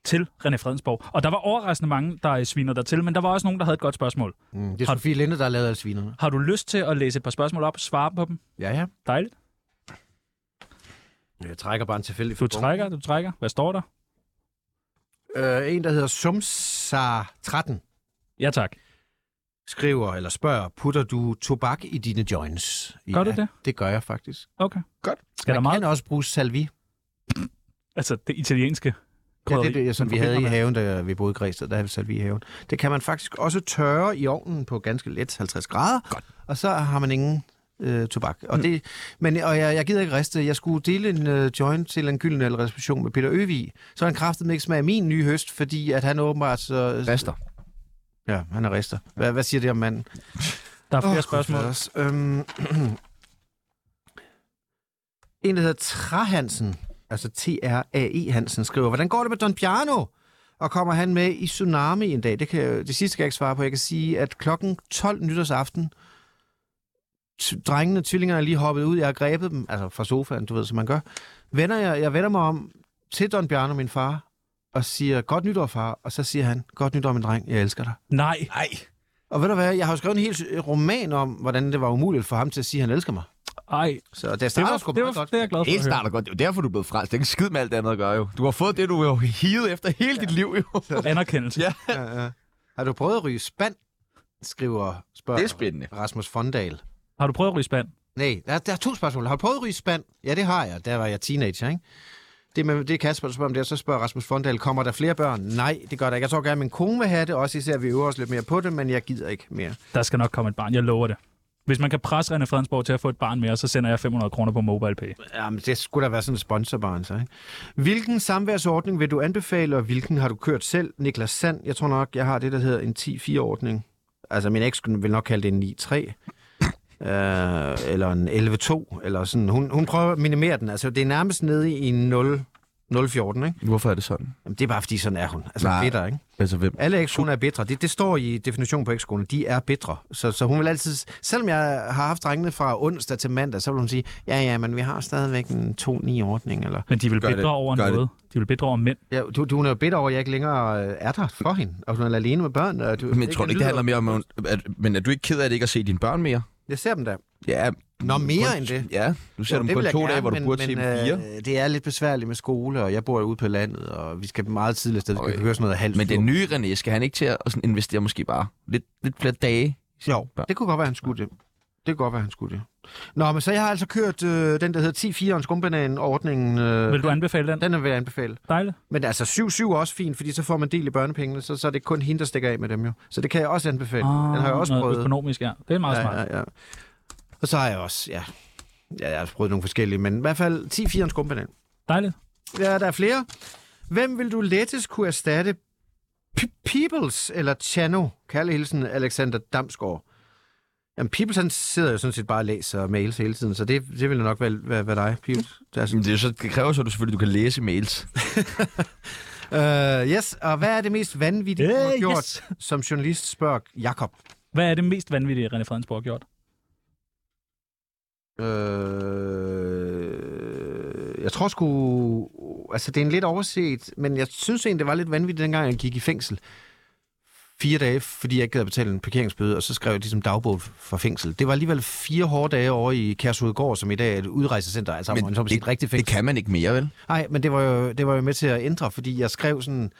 til René Fredensborg. Og der var overraskende mange, der øh, sviner dig til, men der var også nogen, der havde et godt spørgsmål. Mm, det er Har- Sofie Linde, der har lavet alle svinerne. Har du lyst til at læse et par spørgsmål op? Svare på dem. Ja, ja. Dejligt. Jeg trækker bare en tilfældig Du fra bunken. trækker, du trækker. Hvad står der? Øh, en, der hedder Sumsa13, Ja tak. skriver eller spørger, putter du tobak i dine joints? Gør du det? Det gør jeg faktisk. Okay. Godt. Skal der Man meget? kan også bruge salvi. Altså det italienske Ja, krydderi. det, det, som vi forbinder havde i med. haven, da vi boede i Græsted, der havde vi salvi i haven. Det kan man faktisk også tørre i ovnen på ganske let 50 grader, Godt. og så har man ingen øh, tobak. Mm. Og, det, men, og jeg, jeg gider ikke riste. Jeg skulle dele en øh, joint til en gylden eller reception med Peter Øvig, så han kraftede ikke smag af min nye høst, fordi at han åbenbart så... Rester. Ja, han er rister. Hvad, hvad siger det om manden? Der er Åh, flere Gud, oh, spørgsmål. faders. Øhm, *clears throat* en, der hedder Trahansen, altså T-R-A-E Hansen, skriver, hvordan går det med Don Piano? Og kommer han med i Tsunami en dag? Det, kan, jeg- det sidste kan jeg ikke svare på. Jeg kan sige, at klokken 12 nytårsaften, t- drengene og tvillingerne er lige hoppet ud. Jeg har grebet dem, altså fra sofaen, du ved, som man gør. Vender jeg, jeg vender mig om til Don Piano, min far, og siger, godt nytår, far. Og så siger han, godt nytår, min dreng, jeg elsker dig. Nej. Nej. Og ved du hvad, jeg har jo skrevet en hel roman om, hvordan det var umuligt for ham til at sige, at han elsker mig. Ej. Så det Det starter var, sgu det, meget var, godt. det er jeg glad for Det at høre. starter godt. Det er jo derfor, du er blevet fransk. Det er ikke en skid med alt det andet at gøre, jo. Du har fået det, du har hivet efter hele ja. dit liv, jo. Anerkendelse. Ja. Ja, ja. Har du prøvet at ryge spand? Skriver spørger Det er spændende. Rasmus Fondal. Har du prøvet at ryge spand? Nej, der, der er to spørgsmål. Har du prøvet at ryge spand? Ja, det har jeg. Der var jeg teenager, ikke? Det, med, det er Kasper, der spørger om det, og så spørger Rasmus Fondal, kommer der flere børn? Nej, det gør der ikke. Jeg tror gerne, min kone vil have det, også især, at vi øver os lidt mere på det, men jeg gider ikke mere. Der skal nok komme et barn, jeg lover det. Hvis man kan presse René Fredensborg til at få et barn mere, så sender jeg 500 kroner på MobilePay. Jamen, det skulle da være sådan en sponsorbarn, så, ikke? Hvilken samværsordning vil du anbefale, og hvilken har du kørt selv? Niklas Sand, jeg tror nok, jeg har det, der hedder en 10-4-ordning. Altså, min eks vil nok kalde det en 9-3. Øh, eller en 11-2, eller sådan. Hun, hun prøver at minimere den. Altså, det er nærmest nede i en 0 014, ikke? Hvorfor er det sådan? Jamen, det er bare, fordi sådan er hun. Altså, Nej. bitter, ikke? Altså, hvem? Alle ekskoner er bitre. Det, det står i definitionen på ekskoner. De er bitre. Så, så hun vil altid... Selvom jeg har haft drengene fra onsdag til mandag, så vil hun sige, ja, ja, men vi har stadigvæk en 2-9-ordning. Eller... Men de vil Gør det. bedre over Gør det. noget. De vil bedre over mænd. Ja, du, du, hun er jo bitter over, at jeg ikke længere øh, er der for hende. Og hun er alene med børn. Og du, Men jeg tror du ikke, det handler mere om... At, men er du ikke ked af det ikke at se dine børn mere? Jeg ser dem der. Ja. Nå, mere end det. Ja. Du ser Jo, jo, dem det kun vil jeg to gerne, dage, hvor du men- burde se men, dem fire. øh, Det er lidt besværligt med skole, og jeg bor ude på landet, og vi skal meget tidligt afsted. Vi skal Øj. høre sådan noget halvt. Men den nye René, skal han ikke til at sådan investere måske bare lidt, lidt flere dage? Jo, det kunne godt være, han skulle det. Det kunne godt være, han skulle det. Nå, men så jeg har altså kørt øh, den, der hedder 10-4'eren skumbanan-ordningen. Øh, Vil du anbefale den? Den vil jeg anbefale. Dejligt. Men altså 7-7 er også fint, fordi så får man del i børnepengene, så, så er det kun hende, der stikker af med dem jo. Så det kan jeg også anbefale. Ah, den har jeg også noget prøvet. Økonomisk, ja. Det er meget smart. ja, ja, ja. Og så har jeg også, ja, ja jeg har prøvet nogle forskellige, men i hvert fald 10-4'en skumbanan. Dejligt. Ja, der er flere. Hvem vil du lettest kunne erstatte? P- Peoples eller Chano? Kærlig hilsen, Alexander Damsgaard. Jamen, Peoples han sidder jo sådan set bare og læser mails hele tiden, så det, det Altså, ville nok være, være, være dig, Peoples. Det er sådan- Jamen, Det, er så, det kræver så, at du selvfølgelig du kan læse mails. Uh, yes, og hvad er det mest vanvittige, du har Mm. Øh, gjort, yes. som journalist spørger Jakob? Hvad er det mest vanvittige, René Fredensborg har gjort? Øh, jeg tror sgu... Altså, det er en lidt overset, men jeg synes egentlig, det var lidt vanvittigt, dengang jeg gik i fængsel. Fire dage, fordi jeg ikke gad at betale en parkeringsbøde, og så skrev jeg ligesom dagbog fra fængsel. Det var alligevel fire hårde dage over i Kærshovedgård, som i dag er et udrejsecenter, altså men man som det, et rigtigt Det fængsel. kan man ikke mere, vel? Nej, men det var, jo, det var jo med til at ændre, fordi jeg skrev sådan...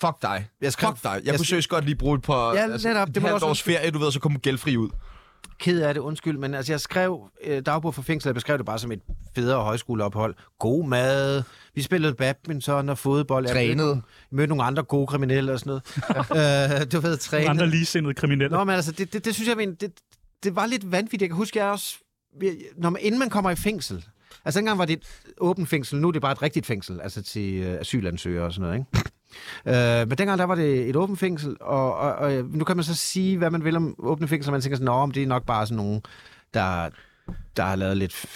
Fuck dig. Jeg skrev- Fuck Altså- dig. Jeg, jeg- jeg kunne seriøst godt lige bruge et par... Ja, netop. Det Det må var også- års ferie, du ved, og så kom gældfri ud. ked af det, undskyld, men altså, jeg skrev øh, dagbog for fængsel, jeg beskrev det bare som et federe højskoleophold. God mad, vi spillede badminton og fodbold. Jeg Trænede. Mødte, mødte nogle andre gode kriminelle og sådan noget. øh, du ved, trænet. Andre ligesindede kriminelle. Nå, men altså, det, det, det synes jeg, men det, det var lidt vanvittigt. Jeg kan huske, jeg også... jeg- Når man, inden man kommer i fængsel... Altså, dengang var det et åbent fængsel, nu er det bare et rigtigt fængsel, altså til øh, asylansøgere og sådan noget, ikke? øh, men dengang, der var det et åbent fængsel, og, og, og øh, nu kan man så sige, hvad man vil om åbne fængsler, man tænker sådan, nå, men det er nok bare sådan nogen, der, der har lavet lidt,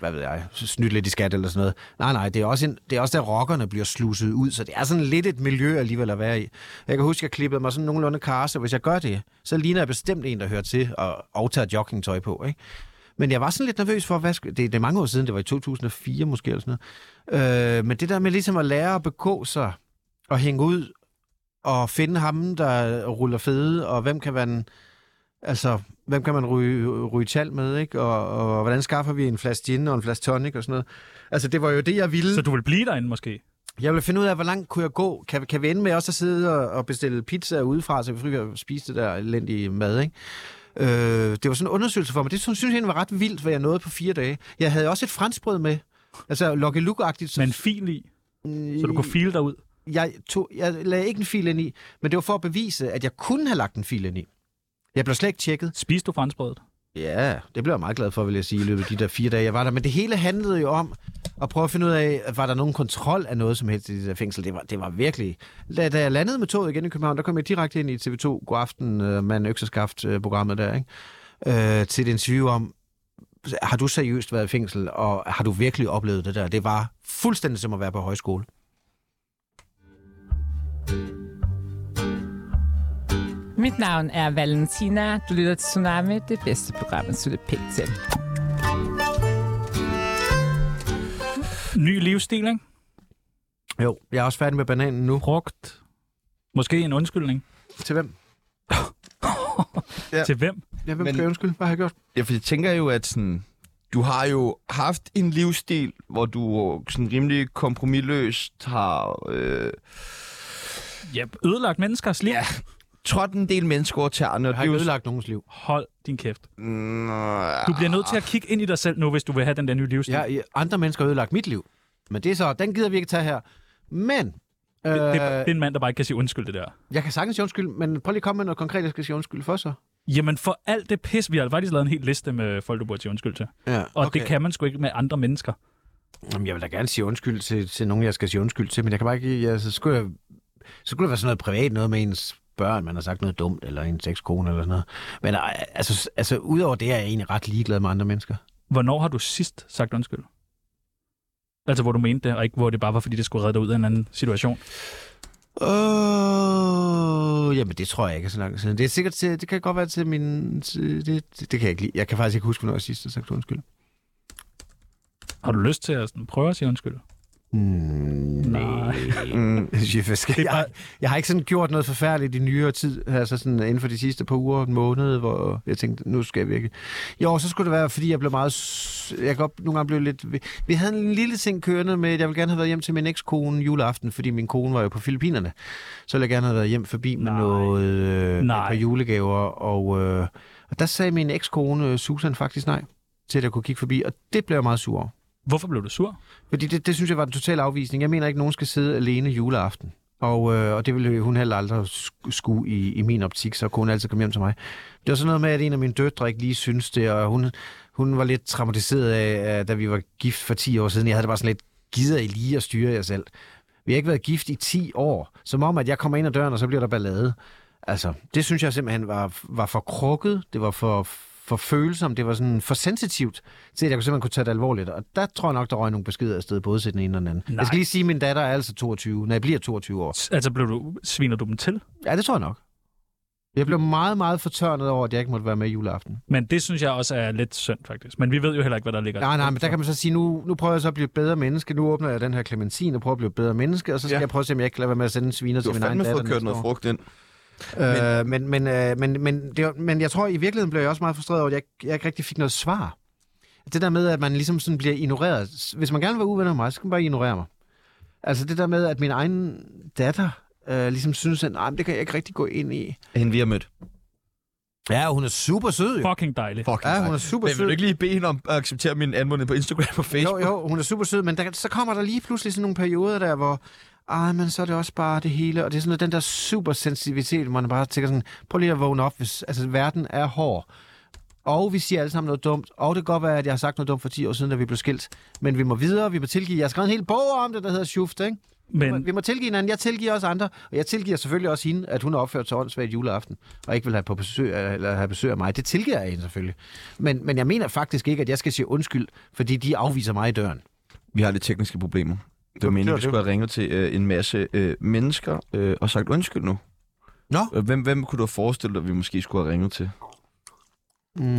hvad ved jeg, snydt lidt i skat eller sådan noget. Nej, nej, det er også, en, det er også der rockerne bliver sluset ud, så det er sådan lidt et miljø alligevel at være i. Jeg kan huske, jeg klippede mig sådan nogenlunde karse, og hvis jeg gør det, så ligner jeg bestemt en, der hører til og, og tager joggingtøj på, ikke? Men jeg var sådan lidt nervøs for, hvad sk- det, det er mange år siden, det var i 2004 måske eller sådan noget. Øh, men det der med ligesom at lære at begå sig og hænge ud og finde ham, der ruller fede, og hvem kan man, altså, hvem kan man ryge, ryge tal med, ikke? Og, og, hvordan skaffer vi en flaske gin og en flaske tonic og sådan noget. Altså, det var jo det, jeg ville. Så du vil blive derinde måske? Jeg vil finde ud af, hvor langt kunne jeg gå? Kan, kan vi ende med også at sidde og, og bestille pizza udefra, så vi fri kan spise det der elendige mad, ikke? Øh, det var sådan en undersøgelse for mig. Det synes jeg egentlig var ret vildt, hvad jeg nåede på fire dage. Jeg havde også et franskbrød med. Altså, Lucky Luke-agtigt. så- Med en fil i, så du kunne file dig ud. jeg, tog, jeg lagde ikke en fil ind i, men det var for at bevise, at jeg kunne have lagt en fil ind i. Jeg blev slet ikke tjekket. Spiste du franskbrødet? Ja, det blev jeg meget glad for, vil jeg sige, i løbet af de der fire dage, jeg var der. Men det hele handlede jo om at prøve at finde ud af, at var der nogen kontrol af noget som helst i det der fængsel. Det var, det var virkelig... Da, da jeg landede med toget igen i København, der kom jeg direkte ind i TV2 God Aften, øh, Mand Økseskaft-programmet der, ikke? Øh, til et interview om, har du seriøst været i fængsel, og har du virkelig oplevet det der? Det var fuldstændig som at være på højskole. Mit navn er Valentina. Du lytter til Tsunami, det bedste program, at slutte pænt til. Ny livsstil, ikke? Jo, jeg er også færdig med bananen nu. Frugt. Måske en undskyldning. Til hvem? Ja. Til hvem? Ja, hvem Men- Men... skal jeg undskylde? Hvad har jeg gjort? Ja, for jeg tænker jo, at sådan, du har jo haft en livsstil, hvor du sådan rimelig kompromilløst har øh, Ja, ødelagt menneskers liv. Ja. trådt en del mennesker over tæerne. Og Jeg har det er ikke jo- ødelagt nogens liv. Hold din kæft. Nå, altså, Du Ah. bliver nødt til at kigge ind i dig selv nu, hvis du vil have den der nye livsstil. Jeg, Ja. jeg- andre mennesker har ødelagt mit liv. Men det er så, den gider vi ikke tage her. Men, øh, Det, det, det er en mand, der bare ikke kan sige undskyld, det der. jeg kan sagtens sige undskyld, men prøv lige at komme med noget konkret, jeg skal sige undskyld for så. Jamen, for alt det pis, vi har faktisk lavet en hel liste med folk, du burde sige undskyld til. Ja, Og okay. det kan man sgu ikke med andre mennesker. Jamen, jeg vil da gerne sige undskyld til, til nogen, jeg skal sige undskyld til, men jeg kan bare ikke... Jeg, så, skulle jeg, så skulle det være sådan noget privat, noget med ens børn, man har sagt noget dumt, eller ens ekskone, eller sådan noget. Men øh, altså, altså, udover det er jeg egentlig ret ligeglad med andre mennesker. Hvornår har du sidst sagt undskyld? Altså, hvor du mente det, og ikke hvor det bare var, fordi det skulle redde dig ud af en anden situation. Åh, jamen det tror jeg ikke er så langt siden. Det er sikkert til, det kan godt være til min... Til, det, det, det, kan jeg ikke lide. Jeg kan faktisk ikke huske, hvornår jeg sidst har sagt undskyld. Har du lyst til at sådan, prøve at sige undskyld? Mm, Nej. *laughs* Mm, Jeg, skal, jeg, jeg, har ikke sådan gjort noget forfærdeligt i nyere tid, altså sådan inden for de sidste par uger og en måned, hvor jeg tænkte, nu skal jeg virkelig. Jo, så skulle det være, fordi jeg blev meget... s- Jeg kan godt nogle gange blev lidt... Vi havde en lille ting kørende med, at jeg ville gerne have været hjem til min ekskone juleaften, fordi min kone var jo på Filippinerne. Så ville jeg gerne have været hjem forbi med Nej. noget... Øh, Nej. Nej. Et par julegaver, og, øh, og der sagde min ekskone øh, Susan faktisk nej til, at jeg kunne kigge forbi, og det blev jeg meget sur over. Hvorfor blev du sur? Fordi det, det synes jeg var en total afvisning. Jeg mener ikke, nogen skal sidde alene juleaften. Og, øh, og det ville hun heller aldrig sk- skue i, i min optik, så kunne hun altid komme hjem til mig. Det var sådan noget med, at en af mine døtre ikke lige synes det, og hun, hun var lidt traumatiseret af, øh, da vi var gift for 10 år siden. Jeg havde det bare sådan lidt, gider I lige at styre jer selv? Vi har ikke været gift i 10 år. Som om, at jeg kommer ind ad døren, og så bliver der ballade. Altså, det synes jeg simpelthen var, var for krukket. Det var for for følsomt, det var sådan for sensitivt til, at jeg simpelthen kunne tage det alvorligt. Og der tror jeg nok, der røg nogle beskeder afsted, både til den ene og den anden. Nej. Nej. Jeg skal lige sige, at min datter er altså 22, når jeg bliver 22 år. Altså, blev du, sviner du dem til? Ja, det tror jeg nok. Jeg blev meget, meget fortørnet over, at jeg ikke måtte være med i juleaften. Men det synes jeg også er lidt synd, faktisk. Men vi ved jo heller ikke, hvad der ligger. Nej, nej, men der kan man så sige, nu, nu prøver jeg så at blive et bedre menneske. Nu åbner jeg den her clementin og prøver at blive et bedre menneske, og så skal Ja. ja. jeg prøve at se, om jeg ikke kan lade være med at sende en sviner til Du har min egen fandme datter. fået kørt næste noget år. frugt ind. Øh, men, men, øh, men, men, det var, men jeg tror, i virkeligheden blev jeg også meget frustreret over, at jeg, ikke- jeg ikke rigtig fik noget svar. Det der med, at man ligesom sådan bliver ignoreret. S- Hvis man gerne vil være uvenner med mig, så skal man bare ignorere mig. Altså det der med, at min egen datter øh, ligesom synes, at nej, men det kan jeg ikke rigtig gå ind i. Hende vi har mødt. Ja, hun er super sød, jo. Fucking dejligt. Fuck. Ja, hun er Men super vil du sød. ikke lige bede hende om at acceptere min anmodning på Instagram og Jo, Facebook? jo, hun er super sød, men der, så kommer der lige pludselig sådan nogle perioder der, hvor ej, men så er det også bare det hele, og det er sådan noget, den der supersensitivitet, hvor man bare tænker sådan, prøv lige at vågne op, hvis altså, verden er hård. Og vi siger alle sammen noget dumt, og det kan godt være, at jeg har sagt noget dumt for 10 år siden, da vi blev skilt. Men vi må videre, vi må tilgive. Jeg har skrevet en hel bog om det, der hedder Schuft, ikke? Men... Men Vi må tilgive hinanden, jeg tilgiver også andre, og jeg tilgiver selvfølgelig også hende, at hun har opført sig åndssvagt juleaften, og ikke vil have, på besøg, eller have besøg af mig. Det tilgiver jeg hende selvfølgelig. Men, men jeg mener faktisk ikke, at jeg skal sige undskyld, fordi de afviser mig i døren. Vi har lidt tekniske problemer. Det var Jamen, meningen, det var vi det. skulle have ringet til øh, en masse øh, mennesker øh, og sagt undskyld nu. Øh, Nå. Hvem, hvem kunne du have forestillet dig, vi måske skulle have ringet til? Mm.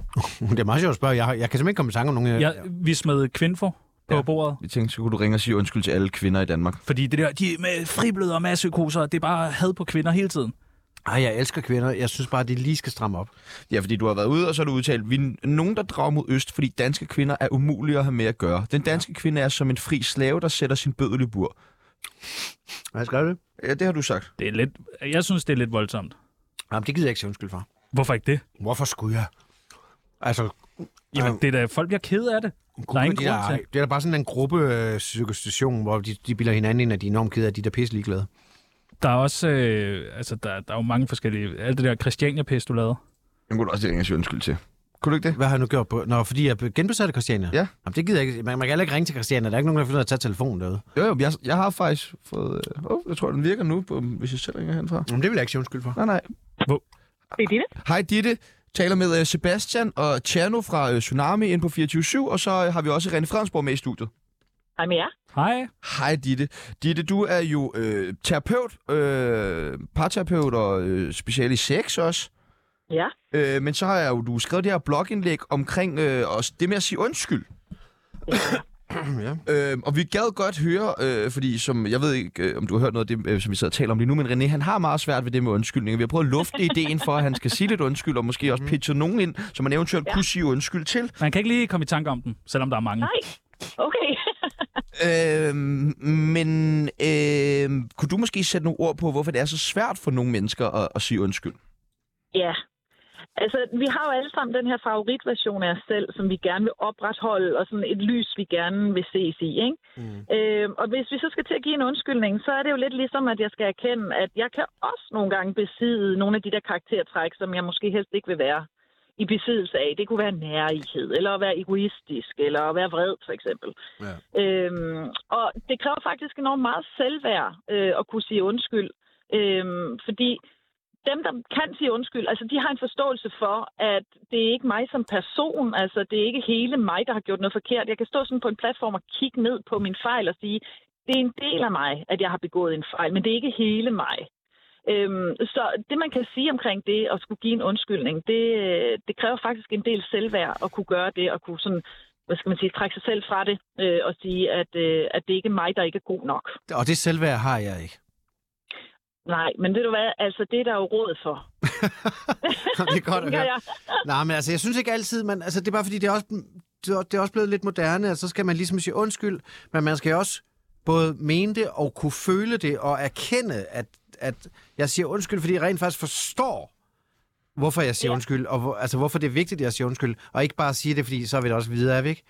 *laughs* Det er meget sjovt at spørge. Jeg, har, jeg kan simpelthen ikke komme i tanke om nogen. jeg, vi smed kvinfo på Ja. ja. bordet. Vi tænkte, så kunne du ringe og sige undskyld til alle kvinder i Danmark. Fordi det der, de er med fribløder og masseøkoser, det er bare had på kvinder hele tiden. Ej, jeg elsker kvinder. Jeg synes bare, at de lige skal stramme op. Ja, fordi du har været ude, og så har du udtalt, vi er nogen, der drager mod øst, fordi danske kvinder er umulige at have med at gøre. Den danske ja. kvinde er som en fri slave, der sætter sin bødel i bur. Hvad skal det? Ja, det har du sagt. Det er lidt, jeg synes, det er lidt voldsomt. Jamen, det gider jeg ikke sige undskyld for. Hvorfor ikke det? Hvorfor skulle jeg? Altså, Jamen, det er da, folk bliver ked af det. Der er ingen de grund der, til. det er da bare sådan en gruppe øh, psykostation, hvor de, de bilder hinanden ind, at de er enormt kede af, at de er da pisse ligeglade. Der er også, øh, altså, der, der er jo mange forskellige, alt det der christiania du lavede. Den kunne du også lige ringe og sige undskyld til. Kunne du ikke det? Hvad har jeg nu gjort på? Nå, fordi jeg genbesatte Christiania? Ja. Jamen, det gider jeg ikke. Man, man kan heller ikke ringe til Christiania. Der er ikke nogen, der finder at tage telefonen derude. Jo, jo, jeg, jeg har faktisk fået... Øh, oh, jeg tror, den virker nu, på, hvis jeg selv ringer henfra. Jamen, det vil jeg ikke sige undskyld for. Nej, nej. Hvor- Hej Ditte. Taler med øh, Sebastian og Tjerno fra øh, Tsunami ind på 24 og så øh, har vi også René Fransborg med i studiet. Hej med jer. Hej. Hej Ditte. Ditte, du er jo øh, terapeut, øh, parterapeut og øh, speciale i sex også. Ja. Øh, men så har jeg jo, du skrevet det her blogindlæg omkring øh, også det med at sige undskyld. *clears throat* Ja. Øh, og vi gad godt høre, øh, fordi som, jeg ved ikke, øh, om du har hørt noget af det, øh, som vi sidder og taler om lige nu, men René, han har meget svært ved det med undskyldninger. Vi har prøvet at lufte ideen for, at han skal sige lidt undskyld, og måske også pitche nogen ind, som man eventuelt ja. kunne sige undskyld til. Man kan ikke lige komme i tanke om den, selvom der er mange. Nej. Okay. Øh, men øh, kunne du måske sætte nogle ord på, hvorfor det er så svært for nogle mennesker at, at sige undskyld? ja. Altså, vi har jo alle sammen den her favoritversion af os selv, som vi gerne vil opretholde, og sådan et lys, vi gerne vil ses i, ikke? Mm. Øhm, og hvis vi så skal til at give en undskyldning, så er det jo lidt ligesom, at jeg skal erkende, at jeg kan også nogle gange besidde nogle af de der karaktertræk, som jeg måske helst ikke vil være i besiddelse af. Det kunne være nærighed, eller at være egoistisk, eller at være vred, for eksempel. Ja. Øhm, og det kræver faktisk enormt meget selvværd øh, at kunne sige undskyld. Øhm, fordi dem, der kan sige undskyld, altså de har en forståelse for, at det er ikke mig som person, altså det er ikke hele mig, der har gjort noget forkert. Jeg kan stå sådan på en platform og kigge ned på min fejl og sige, det er en del af mig, at jeg har begået en fejl, men det er ikke hele mig. Øhm, så det, man kan sige omkring det at skulle give en undskyldning, det, øh, det kræver faktisk en del selvværd at kunne gøre det, og kunne sådan, hvad skal man sige, trække sig selv fra det øh, og sige, at, øh, at det ikke er mig, der ikke er god nok. Og det selvværd har jeg ikke. *laughs* Nej, men ved du hvad, altså det er der jo råd for. det er godt at tænker høre. jeg. Nej, men altså, jeg synes ikke altid, man, altså, det er bare fordi, det er også, det er- det er også blevet lidt moderne, at så skal man ligesom sige undskyld, men man skal også både mene det og kunne føle det og erkende, at, at jeg siger undskyld, fordi jeg rent faktisk forstår, hvorfor jeg siger ja. undskyld, og hvor, altså, hvorfor det er vigtigt, at jeg siger undskyld, og ikke bare sige det, fordi så er vi da også videre, er vi ikke?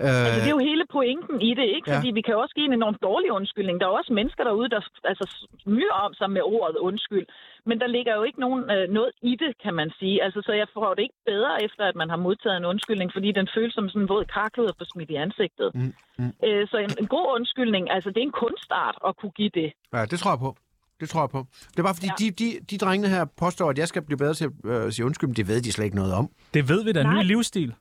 Øh, Altså, det er jo hele pointen i det, ikke? Ja. Fordi vi kan jo også give en enormt dårlig undskyldning. Der er jo også mennesker derude, der altså, smyrer om sig med ordet undskyld. Men der ligger jo ikke nogen, øh, noget i det, kan man sige. Altså, så jeg får det ikke bedre efter, at man har modtaget en undskyldning, fordi den føles som sådan en våd karklud at få smidt i ansigtet. Mm, mm. Øh, så en, en god undskyldning, altså det er en kunstart at kunne give det. ja, det tror jeg på. det tror jeg på. Det er bare fordi, ja. Ja. de, de, de drengene her påstår, at jeg skal blive bedre til at øh, sige undskyld, men det ved de slet ikke noget om. Det ved vi da, Nej. ny livsstil.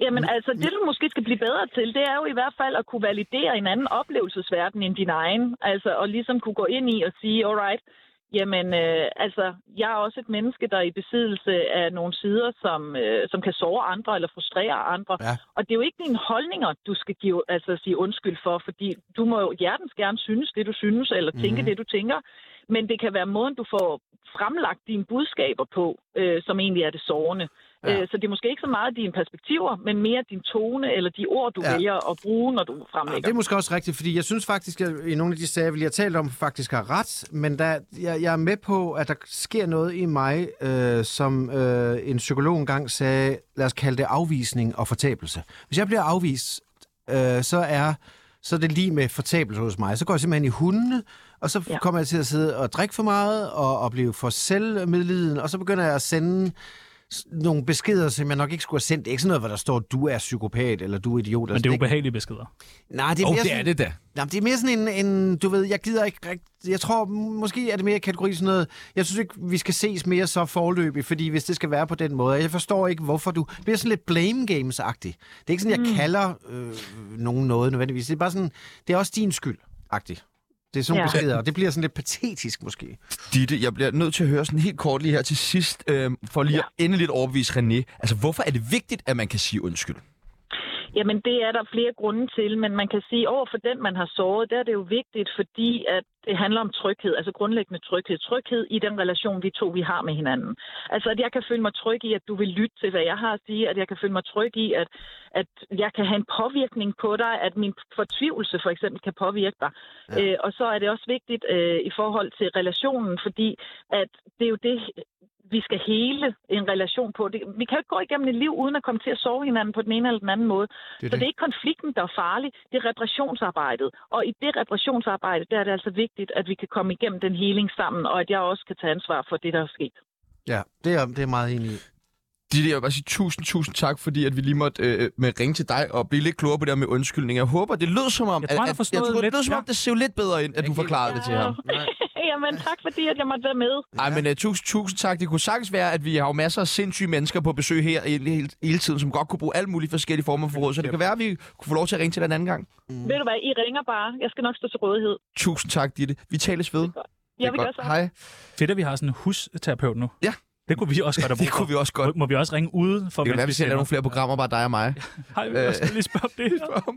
Jamen Mm. altså, det du måske skal blive bedre til, det er jo i hvert fald at kunne validere en anden oplevelsesverden end din egen. Altså, og ligesom kunne gå ind i og sige, alright, jamen øh, altså, jeg er også et menneske, der er i besiddelse af nogle sider, som, øh, som kan såre andre eller frustrere andre. Ja. Og det er jo ikke dine holdninger, du skal give, altså, sige undskyld for, fordi du må jo hjertens gerne synes det, du synes, eller tænke det, du tænker. Men det kan være måden, du får fremlagt dine budskaber på, øh, som egentlig er det sårende. Ja. Ja. øh, Så det er måske ikke så meget dine perspektiver, men mere din tone eller de ord, du Ja. ja. vælger at bruge, når du Ja, det fremlægger. er måske også rigtigt, fordi jeg synes faktisk, at i nogle af de sager, vi lige har talt om, faktisk har ret, men der, jeg, jeg er med på, at der sker noget i mig, øh, som øh, en psykolog engang sagde, lad os kalde det afvisning og fortabelse. Hvis jeg bliver afvist, øh, så er så er det lige med fortabelse hos mig. Så går jeg simpelthen i hundene, og så ja. Ja. kommer jeg til at sidde og drikke for meget, og, og blive for selvmedliden, og så begynder jeg at sende s- nogle beskeder, som jeg nok ikke skulle have sendt. Det er ikke sådan noget, hvor der står, du er psykopat, eller du er idiot. Altså, Altså, Men det er ubehagelige beskeder. Nej, det er, Åh, mere oh, det sådan, er det da. Jamen, det er mere sådan en, en, du ved, jeg gider ikke rigtig, jeg tror, måske er det mere i kategori sådan noget, jeg synes ikke, vi skal ses mere så forløbig, fordi hvis det skal være på den måde, jeg forstår ikke, hvorfor du, det bliver sådan lidt blame games-agtigt. Det er ikke sådan, jeg mm. kalder øh, nogen noget nødvendigvis, det er bare sådan, det er også din skyld agtigt Det er sådan nogle Ja. ja. beskeder, og det bliver sådan lidt patetisk måske. Ditte, jeg bliver nødt til at høre sådan helt kort lige her til sidst, øh, for lige ja. at endeligt overbevise René. Altså, hvorfor er det vigtigt, at man kan sige undskyld? Jamen, det er der flere grunde til, men man kan sige, over for den, man har såret, der er det jo vigtigt, fordi at det handler om tryghed, altså grundlæggende tryghed. Tryghed i den relation, vi to vi har med hinanden. Altså, at jeg kan føle mig tryg i, at du vil lytte til, hvad jeg har at sige, at jeg kan føle mig tryg i, at, at jeg kan have en påvirkning på dig, at min fortvivlelse for eksempel kan påvirke dig. Ja. Øh, og så er det også vigtigt øh, i forhold til relationen, fordi at det er jo det, vi skal hele en relation på. Det, vi kan jo ikke gå igennem et liv uden at komme til at sove hinanden på den ene eller den anden måde. Det er så det. det er ikke konflikten, der er farlig, det er reparationsarbejdet. Og i det reparationsarbejde, der er det altså vigtigt, at vi kan komme igennem den heling sammen, og at jeg også kan tage ansvar for det, der er sket. Ja, det er, det er meget enig i. Ditte, jeg vil bare sige tusind, tusind tak, fordi at vi lige måtte øh, med ringe til dig og blive lidt klogere på det her med undskyldning. Jeg håber, det lød som om, Jeg tror, han har at, at, forstået det lidt, lød som om, ja. det ser jo lidt bedre ind, at du forklarede det til *laughs* ham. Jamen tak fordi, at jeg måtte være med. Ej, men uh, tusind, tusind tak. Det kunne sagtens være, at vi har jo masser af sindssyge mennesker på besøg her i- hele, hele tiden, som godt kunne bruge alle mulige forskellige former for råd. Så det kan være, at vi kunne få lov til at ringe til dig en anden gang. Mm. Ved du hvad, I ringer bare. Jeg skal nok stå til rådighed. Tusind tak, Ditte. Vi tales ved. Jeg vil gøre så. Hej. Fedt, at vi har sådan en husterapeut nu. Ja. Det kunne vi også godt have *laughs* Det brug for. kunne vi også godt. Må vi også ringe ude for, Det kan være, mens vi skal lave nogle flere programmer, bare dig og mig. Hej, jeg skal lige spørge om *laughs* det her.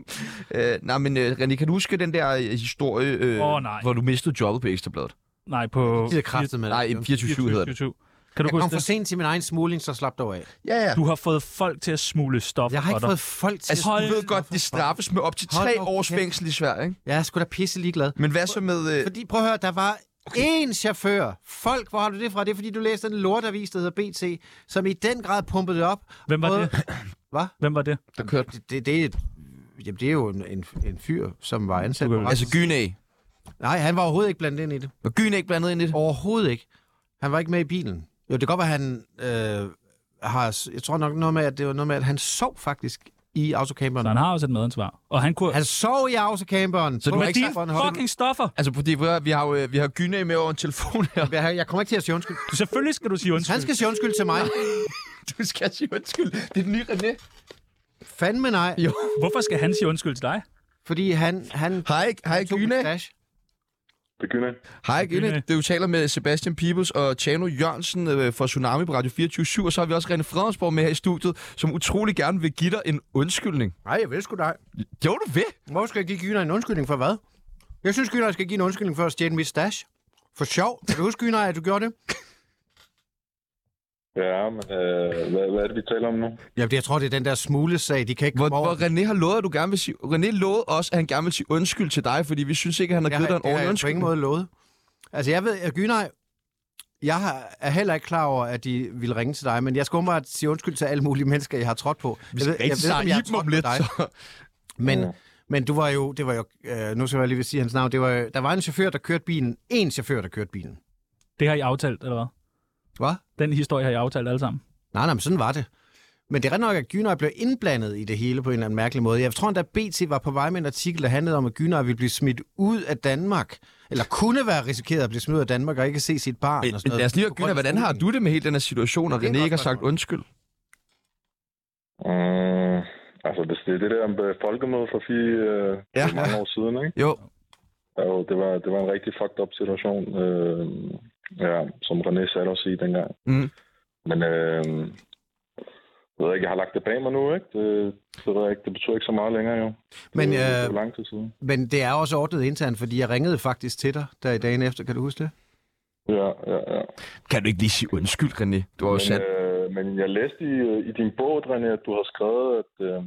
øh, nej, men uh, René, kan du huske den der øh, historie, øh, Åh, nej. hvor du mistede jobbet på Ekstrabladet? Nej, på... Det er kraftet med Nej, dig. 24 hedder det. 24. Kan du Jeg kom huske for det? sent til min egen smugling, så slap dig af. Ja, ja. Du har fået folk til at smule stof Jeg har for ikke dig. fået folk til... Altså, Hold du ved godt, for det straffes med op til Hold tre nu års kæft. fængsel i Sverige, ikke? Jeg er sgu da pisse ligeglad. Men hvad så med... Øh, Fordi, prøv at høre, der var én chauffør. Folk, hvor har du det fra? Det er, fordi du læste den lortavis, der hedder BT, som i den grad pumpede det op. Hvem var Både- det? Hvem var det? der kørte. Det, det, det, er et- jamen, det er jo en, en, en fyr, som var ansat på Altså, altså, Gynæ. Nej, han var overhovedet ikke blandet ind i det. Var Gynæ ikke blandet ind i det? Overhovedet ikke. Han var ikke med i bilen. Jo, det kan godt være, han øh, har... Jeg tror nok noget med, at det var noget med, at han sov faktisk i autocamperen. Så han har også et medansvar. Og han kunne... Han sov i autocamperen. Så du På er med ikke dine Bornholm. fucking stoffer! Altså, fordi vi har, vi har, jo, øh, vi har Gynæ med over en telefon *laughs* her. Jeg, jeg kommer ikke til at sige undskyld. Selvfølgelig skal du sige undskyld. Han skal sige undskyld *laughs* til mig. Du skal sige undskyld. Det er den nye René. Fandme nej. Jo. Hvorfor skal han sige undskyld til dig? Fordi han, han Hej, hej tog Gynæ. en flash. Hej Gynæ. Gynæ. Det er jo taler med Sebastian Pibels og Tjano Jørgensen øh, fra Tsunami på Radio 24 og så har vi også René Fredensborg med her i studiet, som utrolig gerne vil give dig en undskyldning. Nej, jeg vil sgu dig. Jo, du vil. Hvorfor skal jeg give Gyner en undskyldning for hvad? Jeg synes, Gyner skal give en undskyldning for at stjæle mit stash. For sjov. Kan du huske, Gyner, at du gjorde det? Ja, men øh, hvad, hvad er det, vi taler om nu? Jamen, det- jeg tror, det er den der smuglesag. De kan ikke Hvor, komme over. hvor René har lovet, at du gerne vil sige... René lovede også, at han gerne vil sige undskyld til dig, fordi vi synes ikke, at han har Jeg givet dig en det har ordentlig jeg på ingen undskyldning. måde lovet. Altså, jeg ved, at Gyner... Jeg har- er heller ikke klar over, at de ville ringe til dig, men jeg skal åbenbart sige undskyld til alle mulige mennesker, jeg har trådt på. Vi jeg ved, jeg ved, om jeg har trådt på dig. så. Men, mm. men du var jo, det var jo, øh, nu skal jeg lige vil sige hans navn, det var, jo- der var en chauffør, der kørte bilen. En chauffør, der kørte bilen. Det har I aftalt, eller hvad? Hvad? Den historie har I aftalt alle sammen. Nej, nej, men sådan var det. Men det er ret nok, at Gynøj blev indblandet i det hele på en eller anden mærkelig måde. Jeg tror endda, BT var på vej med en artikel, der handlede om, at Gynøj ville blive smidt ud af Danmark. eller kunne være risikeret at blive smidt ud af Danmark og ikke se sit barn. og sådan Lad os lige høre, Gunnar, hvordan har du det med hele den her situation, og det er et René godt ikke har sagt undskyld? Mm, altså, det, det er det der med folkemøde for fire, øh, ja. mange år siden, ikke? Jo. Ja, jo, det var, det var en rigtig fucked up situation, øh, ja, som René satte os i dengang. Mm. Men øh, jeg ved ikke, jeg har lagt det bag mig nu, ikke? Det, det, ved jeg ikke, det betyder ikke så meget længere, jo. Det Men, er jo- det er øh, jo lang tid siden. Men det er også ordnet internt, fordi jeg ringede faktisk til dig der i dagen efter. Kan du huske det? Ja, ja, ja. Kan du ikke lige sige undskyld, René? Du har jo Men, sat... øh, men jeg læste i, øh, i din bog, René, at du har skrevet, at, øh,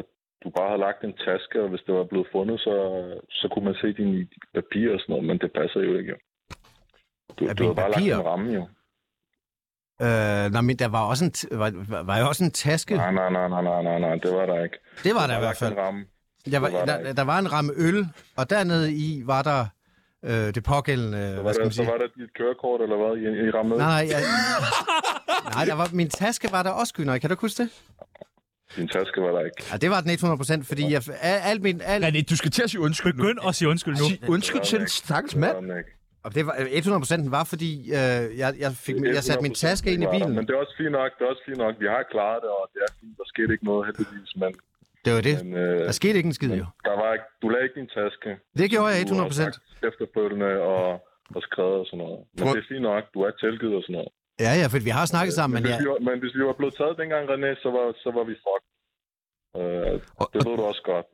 at du bare havde lagt en taske, og hvis det var blevet fundet, så, så kunne man se dine papirer og sådan noget, men det passer jo ikke. jo. Du, du har bare papirer? lagt en ramme, jo. Øh, nej, men der var, også en t- var, var- var jo også en taske. Nej, nej, nej, nej, nej, nej, nej, det var der ikke. Det var Du der har i hvert lagt en fald. Ramme. Jeg var, Det var der der, ikke. der var en ramme øl, og dernede i var der øh, det pågældende... Var Hvad skal der, man så sige? var der dit kørekort, eller hvad, i, i rammet? Nej, nej, jeg, nej der var, min taske var der også, Gynner. Kan du ikke huske det? Din taske var der ikke. Ja, det var den 100 procent, fordi jeg, al, alt min... Al, René, du skal til at sige undskyld nu. Begynd at sige undskyld nu. Sig undskyld til en stakkels Det mand. var den ikke. og det var, 100 procent var, fordi øh, jeg, jeg, fik, min- jeg satte min 100% taske ind i var der, bilen. Men det er også fint nok, det er også fint nok. Vi har klaret det, og det er fint. Der skete ikke noget, heldigvis, men... Det var det. men øh, Der skete ikke en skid, jo. Der var ikke, du lagde ikke din taske. Altså- Det gjorde jeg Du har 100 procent. sagt Efterfølgende og, og skrevet og sådan noget. Men Prøv- det er fint nok, du er tilgivet og sådan noget. Ja, ja, for vi har snakket sammen, men hvis, jeg, vi var, men hvis vi var blevet taget dengang, René, så var, så var vi fucked. Øh, Og, det og, ved du også godt.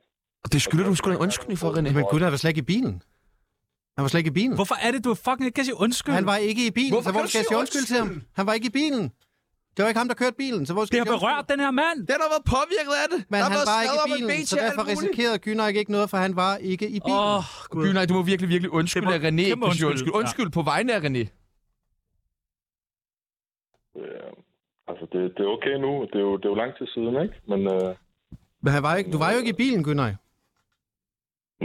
og det skylder du sgu da en undskyldning for, René. men Gunnar var slet ikke i bilen. Han var slet ikke i bilen. Hvorfor er det, du fucking ikke kan sige undskyld? Han var ikke i bilen, Hvorfor så kan hvor du skal jeg sige sige undskyld til ham? Han var ikke i bilen. Det var ikke ham, der kørte bilen, så hvor skal Det jeg har sige berørt den her mand. Den har været påvirket af det. Men der han har været var ikke sladder om et i bilen, ben så til alt derfor muligt. risikerede Gynak ikke noget, for han var ikke i bilen. Åh, oh, gud. Gud, nej, du må virkelig, virkelig undskylde, Det var at René ikke kæmpe må sige undskyld. undskyld. Ja. Undskyld på vegne af René. Øh, altså, det, det er okay nu. Det er jo, det er jo lang tid siden, ikke? Men... Øh, Men han var ikke, du var jo ikke i bilen, Gynak.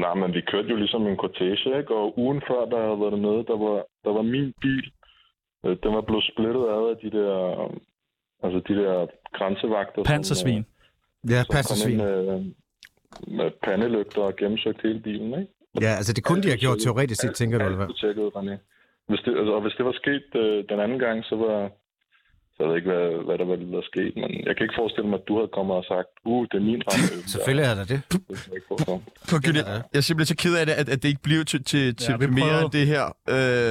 Nej, men vi kørte jo ligesom en cortege, ikke? Og ugen før, der havde været dernede, der var, der var min bil. Øh, Den var blevet splittet ad af de der, øh, altså de der grænsevagter. som, Pansersvin. øh, Ja, som kom ind Med, med pandelygter og gennemsøgte hele bilen, ikke? Ja, altså det kunne de have gjort teoretisk set, tænker du, eller hvad? Alt blev tjekket, René. Hvis det, altså, og hvis det var sket øh, den anden gang, så var... Så jeg ved ikke, hvad, hvad der ville være sket, men jeg kan ikke forestille mig, at du havde kommet og sagt, uh, det er *laughs* min ramme. Selvfølgelig er der det. Det kan jeg ikke forestille mig. For Gud, jeg, jeg er simpelthen så ked af det, at, at det ikke blev til, til, til vi mere prøvede. end det her.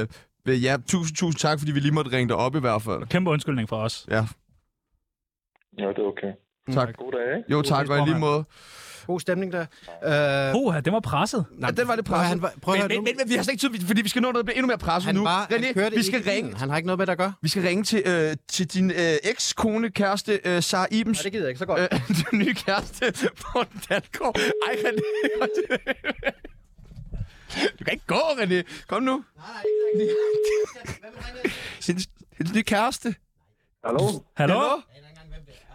Øh, men ja, tusind, tusind tak, fordi vi lige måtte ringe dig op i hvert fald. Kæmpe undskyldning fra os. Ja, Ja, det er okay. tak. God dag, ikke? Jo, tak, og i lige måde. God stemning der. Øh, Puh, den var presset. nej, den var lidt prøv at- Han presset. var, prøv at Men, høre men, nu. men, men, vi har slet ikke tid, fordi vi skal nå noget, der bliver endnu mere presset Han nu. var, han René, kørte vi ikke skal i bilen. ringe, Han har ikke noget med det at gøre. vi skal ringe til, øh, til din øh, ekskone, kæreste, øh, Sara Ibens. Nej, det gider jeg ikke så godt. Øh, *laughs* din nye kæreste, *laughs* Morten Dalgaard. Ej, René. *laughs* Du kan ikke gå, René. Kom nu. *laughs* Hendes, hendes nye kæreste. Hallo? Hallo?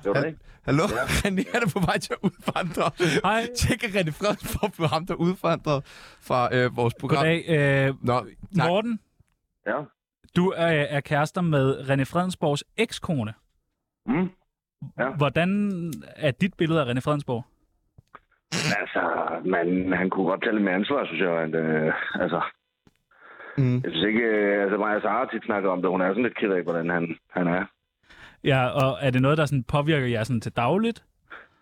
Det var det ikke. Hallo? *laughs* René han er på vej til at udvandre. Hej. Tjek at René Fredensborg blev ham, der udvandrede fra øh, vores program. Goddag. Øh, Nå, tak. Morten, Ja. du er, er kærester med René Fredensborgs ekskone. Mm. Hvordan er dit billede af René Fredensborg? Altså, man, han kunne godt tage lidt mere ansvar, synes jeg. At, øh, altså, Mm. mm. Jeg synes ikke... Øh, altså, Maja Sara tit snakker om det. Hun er sådan lidt ked af, hvordan han, han er. Ja, og er det noget, der sådan påvirker jer sådan til dagligt?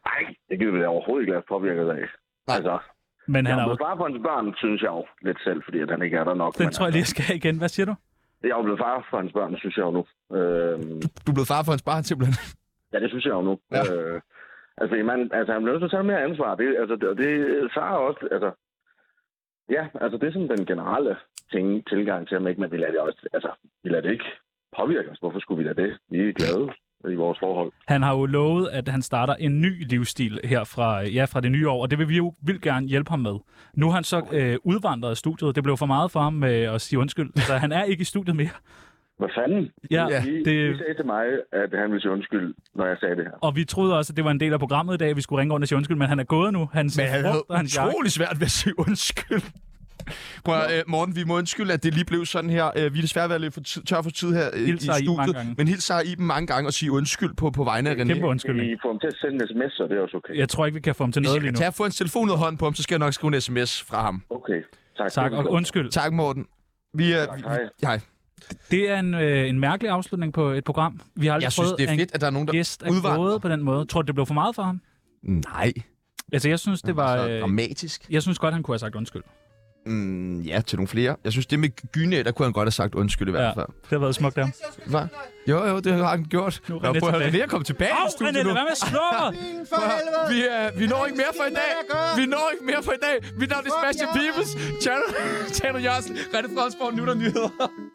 Nej, det gider vi da overhovedet ikke lade os påvirke af. Nej. Altså, Men han han er er blevet jo... far for hans børn, synes jeg jo lidt selv, fordi at han ikke er der nok. Den tror jeg lige, jeg altså, skal have igen. Hvad siger du? jeg er jo blevet far for hans børn, synes jeg jo nu. Øh, Du er blevet far for hans barn, simpelthen. Ja, det synes jeg jo nu. Ja. Ja. Øh, altså, man, altså, han bliver nødt til at tage mere ansvar. Det, altså, det, og det Sara også, altså... Ja, altså, det er sådan den generelle ting, tilgang til ham, ikke? Men vi lader det også, altså, vi lader det ikke påvirke os. Hvorfor skulle vi lade det? Vi er glade i vores forhold. Han har jo lovet, at han starter en ny livsstil her fra, ja, fra det nye år, og det vil vi jo vildt gerne hjælpe ham med. Nu er han så øh, udvandret af studiet. Det blev for meget for ham øh, at sige undskyld. Så han er ikke i studiet mere. Hvad fanden? Ja, Ja, I, det... I det, sagde til mig, at han ville sige undskyld, når jeg sagde det her. og vi troede også, at det var en del af programmet i dag, at vi skulle ringe rundt og sige undskyld, men han er gået nu. Hans Men han havde frugt og hans jakke. utrolig svært ved at sige *laughs* undskyld. Prøv at, øh, Morten, vi må undskylde, at det lige blev sådan her. Øh, vi er desværre ved at løbe for tid, tør for tid her øh, i Hils Sara Iben mange studiet. gange. men hils Sara Iben mange gange og sige undskyld på, på vegne af René. Kæmpe undskyldning. I får ham til at sende en sms, så det er også okay. Jeg tror ikke, vi kan få ham til Hvis noget jeg lige kan nu. tage at få hans telefon ud af hånden på ham, så skal jeg nok skrive en sms fra ham. Okay. Tak. Tak, og undskyld. Tak, Morten. Vi er... Hej. Det er en, øh, en mærkelig afslutning på et program. Vi har aldrig Jeg synes, prøvet, det er en fedt, at der er nogen, der gæst er udvandrer. gået på den måde. Tror du, det blev for meget for ham? Nej. Altså, jeg synes, det var... så øh, dramatisk. Jeg synes godt, han kunne have sagt undskyld. Mm, ja, til nogle flere. Jeg synes, det med Gyne, der kunne han godt have sagt undskyld i hvert fald. Det har været smukt der. Hva? Jo, jo, det har han gjort. Nu er Nå, René prøv at høre, tilbage. René er kommet tilbage Au, i studiet René, nu. lad være med at slå mig! Prøv at høre, Vi, øh, vi når ikke mere for i dag. Vi når ikke *laughs* mere for i dag. Mit navn er Sebastian Pibes. Tjerno Jørgensen. René Fransborg. Nu er der nyheder.